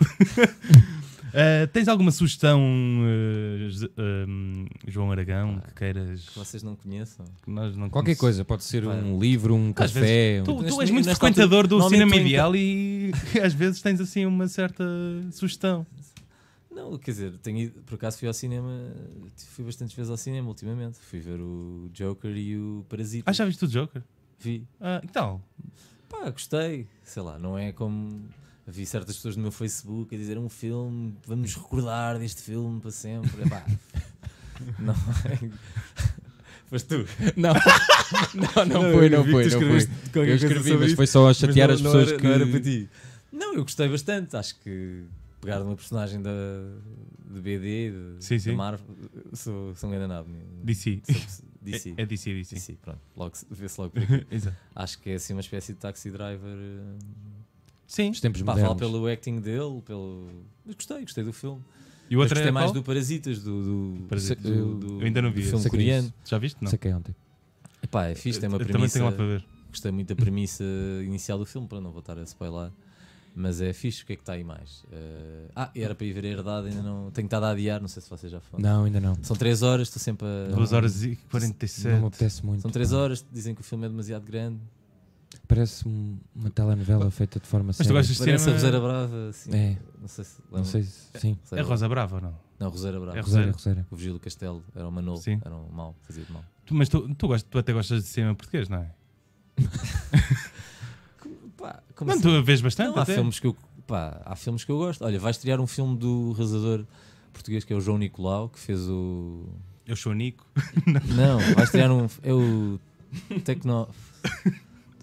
[SPEAKER 1] Eh, tens alguma sugestão, eh, Z- ehm, João Aragão, que queiras
[SPEAKER 3] que vocês não conheçam.
[SPEAKER 1] que nós não
[SPEAKER 2] Qualquer
[SPEAKER 1] conhece-
[SPEAKER 2] coisa, pode ser
[SPEAKER 3] Vai.
[SPEAKER 2] um livro, um
[SPEAKER 1] Às
[SPEAKER 2] café. um-
[SPEAKER 1] Tu, tu
[SPEAKER 3] Neste-
[SPEAKER 1] és muito
[SPEAKER 3] nesta
[SPEAKER 1] frequentador
[SPEAKER 3] altura,
[SPEAKER 1] do cinema
[SPEAKER 3] normalmente tu
[SPEAKER 1] ideal e às vezes tens assim uma certa sugestão.
[SPEAKER 3] Não, quer dizer, tenho ido- por acaso fui ao cinema, eh, fui bastantes vezes ao cinema ultimamente. Fui ver o Joker e o Parasita.
[SPEAKER 1] Ah, já viste o Joker?
[SPEAKER 3] Vi.
[SPEAKER 1] Ah, que tal?
[SPEAKER 3] Pá, gostei. Sei lá, não é como. Vi certas pessoas no meu Facebook a dizer um filme, vamos recordar deste filme para sempre. Epá, não é. Foste tu.
[SPEAKER 2] Não. não, Ah, não foi, não foi, não foi. Eu escrevi, mas foi só a chatear as pessoas que.
[SPEAKER 3] Não era para ti. Não, eu gostei bastante. Acho que pegar uma personagem da, de BD, de,
[SPEAKER 1] Sim, sim.
[SPEAKER 3] da Marvel, sou, sou um grande nabo.
[SPEAKER 1] DC.
[SPEAKER 3] Sou- DC.
[SPEAKER 1] É, é DC, DC.
[SPEAKER 3] DC, pronto. Logo, se- vê-se logo por aqui.
[SPEAKER 1] Exato.
[SPEAKER 3] Acho que é assim uma espécie de taxi driver. eh,
[SPEAKER 1] Sim.
[SPEAKER 2] Os tempos
[SPEAKER 3] Pá, fala
[SPEAKER 2] modernos.
[SPEAKER 3] pelo acting dele, pelo. Mas gostei, gostei do filme.
[SPEAKER 1] E o
[SPEAKER 3] Mas
[SPEAKER 1] outro
[SPEAKER 3] gostei
[SPEAKER 1] é
[SPEAKER 3] mais
[SPEAKER 1] mais
[SPEAKER 3] do Parasitas, do. do
[SPEAKER 1] Parasitas.
[SPEAKER 3] do- do-
[SPEAKER 1] Eu ainda não
[SPEAKER 3] do
[SPEAKER 1] vi esse.
[SPEAKER 3] filme
[SPEAKER 2] Sei que é
[SPEAKER 3] coreano.
[SPEAKER 1] Já viste? Não.
[SPEAKER 2] Saquei ontem.
[SPEAKER 3] Epá, é fixe, tem uma
[SPEAKER 1] Eu Também
[SPEAKER 3] premissa.
[SPEAKER 1] tenho lá para ver.
[SPEAKER 3] Gostei muito da premissa inicial do filme, para não vou estar a spoiler. Mas é fixe, o que é que está aí mais? Eh, ah, e era para ir ver a herdade, ainda não. Tenho estado a adiar, não sei se vocês já falaram.
[SPEAKER 2] Não, ainda não.
[SPEAKER 3] São 3 horas, estou sempre a.
[SPEAKER 1] 2 horas e
[SPEAKER 2] Não me
[SPEAKER 1] 47.
[SPEAKER 2] apetece muito.
[SPEAKER 3] São 3
[SPEAKER 2] pá.
[SPEAKER 3] horas, dizem que o filme é demasiado grande.
[SPEAKER 2] Parece um- uma telenovela feita de forma
[SPEAKER 1] Mas tu
[SPEAKER 2] séria.
[SPEAKER 1] gostas de
[SPEAKER 3] Parece a Roseira
[SPEAKER 1] cinema?
[SPEAKER 3] Brava, assim.
[SPEAKER 2] É,
[SPEAKER 3] Não sei se.
[SPEAKER 2] não sei se. Sim,
[SPEAKER 1] É Rosa Brava ou não?
[SPEAKER 3] Não, Roseira Brava.
[SPEAKER 1] É
[SPEAKER 2] Rosário,
[SPEAKER 1] Rosário.
[SPEAKER 2] Rosário.
[SPEAKER 3] O Vigílio Castelo era o Manolo,
[SPEAKER 1] Sim.
[SPEAKER 3] era um mal, fazia de mal.
[SPEAKER 1] Tu- mas tu, tu, gostas, tu até gostas de cinema português, não é?
[SPEAKER 3] Pá, como
[SPEAKER 1] Não,
[SPEAKER 3] assim?
[SPEAKER 1] tu vês
[SPEAKER 3] Não,
[SPEAKER 1] bastante
[SPEAKER 3] há
[SPEAKER 1] até.
[SPEAKER 3] filmes que eu pá, há filmes que eu gosto. Olha, vai estrear um filme do realizador português que é o João Nicolau, que fez o
[SPEAKER 1] Eu sou o Nico.
[SPEAKER 3] Não, vai estrear um é o Tecno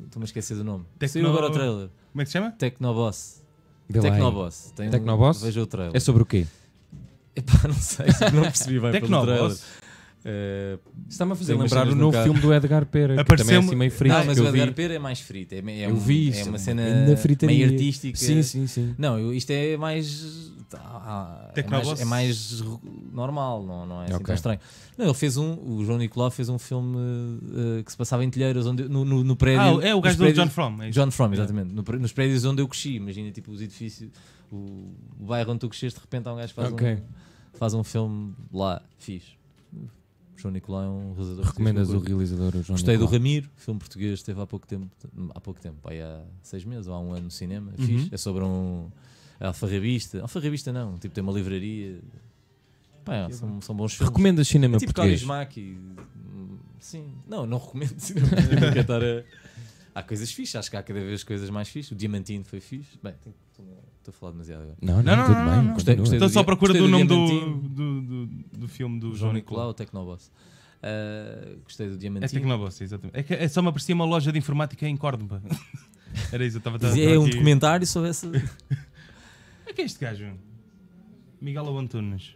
[SPEAKER 3] Estou-me a esquecer do nome.
[SPEAKER 1] Tecno-
[SPEAKER 3] Saiu agora o trailer.
[SPEAKER 1] Como é que se chama?
[SPEAKER 3] Tecnoboss.
[SPEAKER 2] Vê lá aí.
[SPEAKER 3] Tecnoboss. Tem um-
[SPEAKER 2] Tecnoboss?
[SPEAKER 3] Veja o trailer.
[SPEAKER 2] É sobre o quê?
[SPEAKER 3] Epá, não sei, não percebi bem pelo trailer.
[SPEAKER 1] Tecnoboss.
[SPEAKER 3] Eh,
[SPEAKER 2] Está-me a fazer
[SPEAKER 3] Tem umas
[SPEAKER 2] lembrar
[SPEAKER 3] cenas
[SPEAKER 2] o
[SPEAKER 3] no
[SPEAKER 2] novo
[SPEAKER 3] carro.
[SPEAKER 2] filme do Edgar Pera, que
[SPEAKER 1] Apareceu-me-
[SPEAKER 2] também é assim meio frito.
[SPEAKER 3] não, mas
[SPEAKER 2] que
[SPEAKER 3] o
[SPEAKER 2] eu vi.
[SPEAKER 3] Edgar Pera é mais frito. É, me- é
[SPEAKER 2] eu
[SPEAKER 3] um-
[SPEAKER 2] vi
[SPEAKER 3] é
[SPEAKER 2] isso,
[SPEAKER 3] uma cena
[SPEAKER 2] na fritaria.
[SPEAKER 3] meio artística.
[SPEAKER 2] Sim, sim, sim.
[SPEAKER 3] Não, eu- isto é mais. tá, é
[SPEAKER 1] Tecnoboss?
[SPEAKER 3] mais, é mais ru- normal, não, não é assim
[SPEAKER 2] Ok.
[SPEAKER 3] tão estranho. Não, ele fez um. O João Nicolau fez um filme eh, que se passava em Telheiras, onde, no, no, no prédio.
[SPEAKER 1] Ah, é o
[SPEAKER 3] nos
[SPEAKER 1] gajo do
[SPEAKER 3] prédios-
[SPEAKER 1] John From. é isso?
[SPEAKER 3] John From, exatamente. No pré- nos prédios onde eu cresci, imagina tipo os edifícios, o, o bairro onde tu cresceste, de repente há um gajo que faz,
[SPEAKER 2] Ok.
[SPEAKER 3] um, faz um filme lá, fixe. O João Nicolau é um realizador.
[SPEAKER 2] Recomendas o
[SPEAKER 3] português que eu curto.
[SPEAKER 2] realizador o João
[SPEAKER 3] Gostei do
[SPEAKER 2] Nicolau.
[SPEAKER 3] Ramiro, filme português, esteve há pouco tempo, há pouco tempo, pá, aí há seis meses ou há um ano no cinema, é fixe.
[SPEAKER 1] Uhum.
[SPEAKER 3] É sobre um alfarrabista, alfarrabista não, tipo tem uma livraria, Pá, é, são, são bons filmes.
[SPEAKER 2] Recomendas cinema
[SPEAKER 3] é tipo
[SPEAKER 2] português?
[SPEAKER 3] Kaurismäki, hum, sim, não, não recomendo cinema, português, não quero estar a... Há coisas fixes, acho que há cada vez coisas mais fixes, o Diamantino foi fixe, bem, tenho- estou a falar demasiado agora.
[SPEAKER 2] Não,
[SPEAKER 1] Não,
[SPEAKER 2] não,
[SPEAKER 1] não,
[SPEAKER 2] tudo
[SPEAKER 1] não,
[SPEAKER 2] bem.
[SPEAKER 1] não.
[SPEAKER 2] continua.
[SPEAKER 1] Estou
[SPEAKER 3] Gostei
[SPEAKER 1] Então só à
[SPEAKER 3] do dia-
[SPEAKER 1] procura do
[SPEAKER 3] gostei
[SPEAKER 1] nome
[SPEAKER 3] do
[SPEAKER 1] do,
[SPEAKER 3] Diamantino.
[SPEAKER 1] do, do, do filme do
[SPEAKER 3] O
[SPEAKER 1] João Nicolau.
[SPEAKER 3] o Tecnoboss. Ah, gostei do
[SPEAKER 1] É
[SPEAKER 3] Diamantino.
[SPEAKER 1] Tecnoboss, exatamente. É, que, é só me aparecia uma loja de informática em Córdoba. Era isso, eu estava
[SPEAKER 3] Dizia- é um documentário sobre essa...
[SPEAKER 1] É que é este gajo? Miguel Abantunes.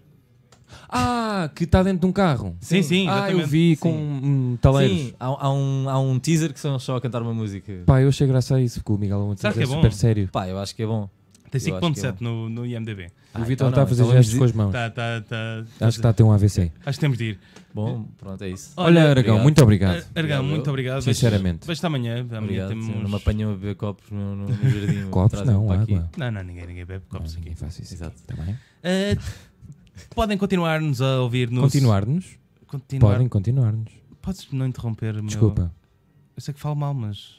[SPEAKER 2] Ah, que está dentro de um carro.
[SPEAKER 1] Sim, sim,
[SPEAKER 2] Ah,
[SPEAKER 1] exatamente.
[SPEAKER 2] eu vi com
[SPEAKER 1] Sim.
[SPEAKER 2] um, taleiros.
[SPEAKER 3] Sim, há, há um, há um teaser que são só a cantar uma música.
[SPEAKER 2] Pá, eu achei graça a isso, porque o Miguel Alonso
[SPEAKER 1] Sabe que
[SPEAKER 2] é
[SPEAKER 1] é bom?
[SPEAKER 2] super sério.
[SPEAKER 3] Pá, eu acho que é bom.
[SPEAKER 1] Tem
[SPEAKER 3] Eu acho que é
[SPEAKER 1] 5.7 no, no IMDB.
[SPEAKER 2] o
[SPEAKER 3] Ah,
[SPEAKER 2] Vitor
[SPEAKER 3] então
[SPEAKER 2] está a
[SPEAKER 3] não,
[SPEAKER 2] fazer
[SPEAKER 3] então vamos
[SPEAKER 2] gestos com as mãos.
[SPEAKER 1] Tá, tá, tá,
[SPEAKER 2] Acho que está a ter um AVC.
[SPEAKER 1] Acho que temos de ir.
[SPEAKER 3] Bom, pronto, é isso.
[SPEAKER 2] Olha, Aragão,
[SPEAKER 3] obrigado.
[SPEAKER 2] muito obrigado.
[SPEAKER 1] Ar- Aragão,
[SPEAKER 3] Obrigado,
[SPEAKER 1] muito
[SPEAKER 3] eu.
[SPEAKER 1] obrigado.
[SPEAKER 2] Sinceramente.
[SPEAKER 1] Vejo-te amanhã. Amanhã
[SPEAKER 3] Obrigado,
[SPEAKER 1] temos.
[SPEAKER 3] sim, Não me apanham a beber copos no, no- no jardim. meu.
[SPEAKER 2] Copos
[SPEAKER 3] Trazem-me
[SPEAKER 2] não,
[SPEAKER 3] para
[SPEAKER 2] água.
[SPEAKER 3] aqui.
[SPEAKER 1] Não, não, ninguém, ninguém bebe copos
[SPEAKER 2] Não,
[SPEAKER 1] aqui.
[SPEAKER 2] ninguém faz isso.
[SPEAKER 3] Exato.
[SPEAKER 2] Aqui, tá bem?
[SPEAKER 1] Ah, podem continuar-nos a ouvir-nos.
[SPEAKER 2] Continuar-nos?
[SPEAKER 1] Continuar.
[SPEAKER 2] Podem continuar-nos.
[SPEAKER 1] Podes não interromper, meu-
[SPEAKER 2] Desculpa.
[SPEAKER 1] Eu sei que falo mal, mas.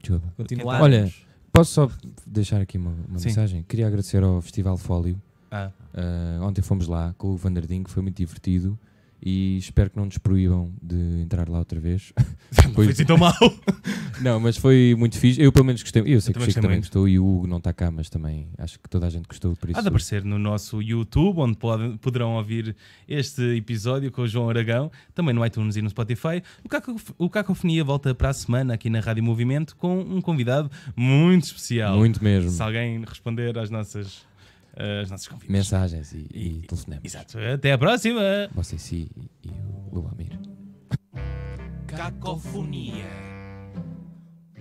[SPEAKER 2] Desculpa.
[SPEAKER 3] Continuar.
[SPEAKER 2] Olha, posso só deixar aqui uma, uma
[SPEAKER 1] Sim.
[SPEAKER 2] mensagem? Queria agradecer ao Festival Fólio.
[SPEAKER 1] Ah,
[SPEAKER 2] Ah, ontem fomos lá com o Vandardinho, foi muito divertido. E espero que não nos proíbam de entrar lá outra vez.
[SPEAKER 1] não foi
[SPEAKER 2] Pois-
[SPEAKER 1] assim tão mal.
[SPEAKER 2] Não, mas foi muito fixe. Eu, pelo menos, gostei. Eu sei
[SPEAKER 1] Eu
[SPEAKER 2] que
[SPEAKER 1] também
[SPEAKER 2] o Chico
[SPEAKER 1] gostei
[SPEAKER 2] também
[SPEAKER 1] muito.
[SPEAKER 2] gostou e o Hugo não está cá, mas também acho que toda a gente gostou. Por isso,
[SPEAKER 1] Há de aparecer no nosso YouTube, onde podem- poderão ouvir este episódio com o João Aragão, também no iTunes e no Spotify. O, Cacof- o Cacofonia volta para a semana aqui na Rádio Movimento com um convidado muito especial.
[SPEAKER 2] muito mesmo.
[SPEAKER 1] Se alguém responder às nossas, às nossas convidas.
[SPEAKER 2] Mensagens e, e,
[SPEAKER 1] E-
[SPEAKER 2] telefonemas.
[SPEAKER 1] Exato. Até à próxima!
[SPEAKER 2] Você sim e o Luamir.
[SPEAKER 4] Cacofonia.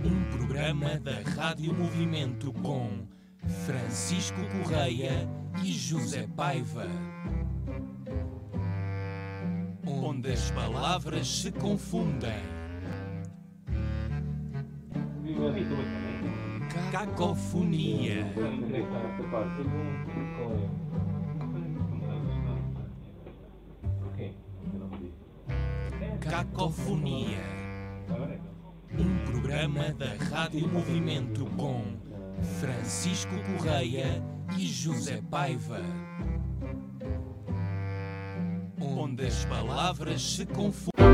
[SPEAKER 4] Um programa da Rádio Movimento com Francisco Correia e José Paiva. Onde as palavras se confundem. Cacofonia. Cacofonia. Um programa da Rádio Movimento com Francisco Correia e José Paiva. Onde as palavras se confundem.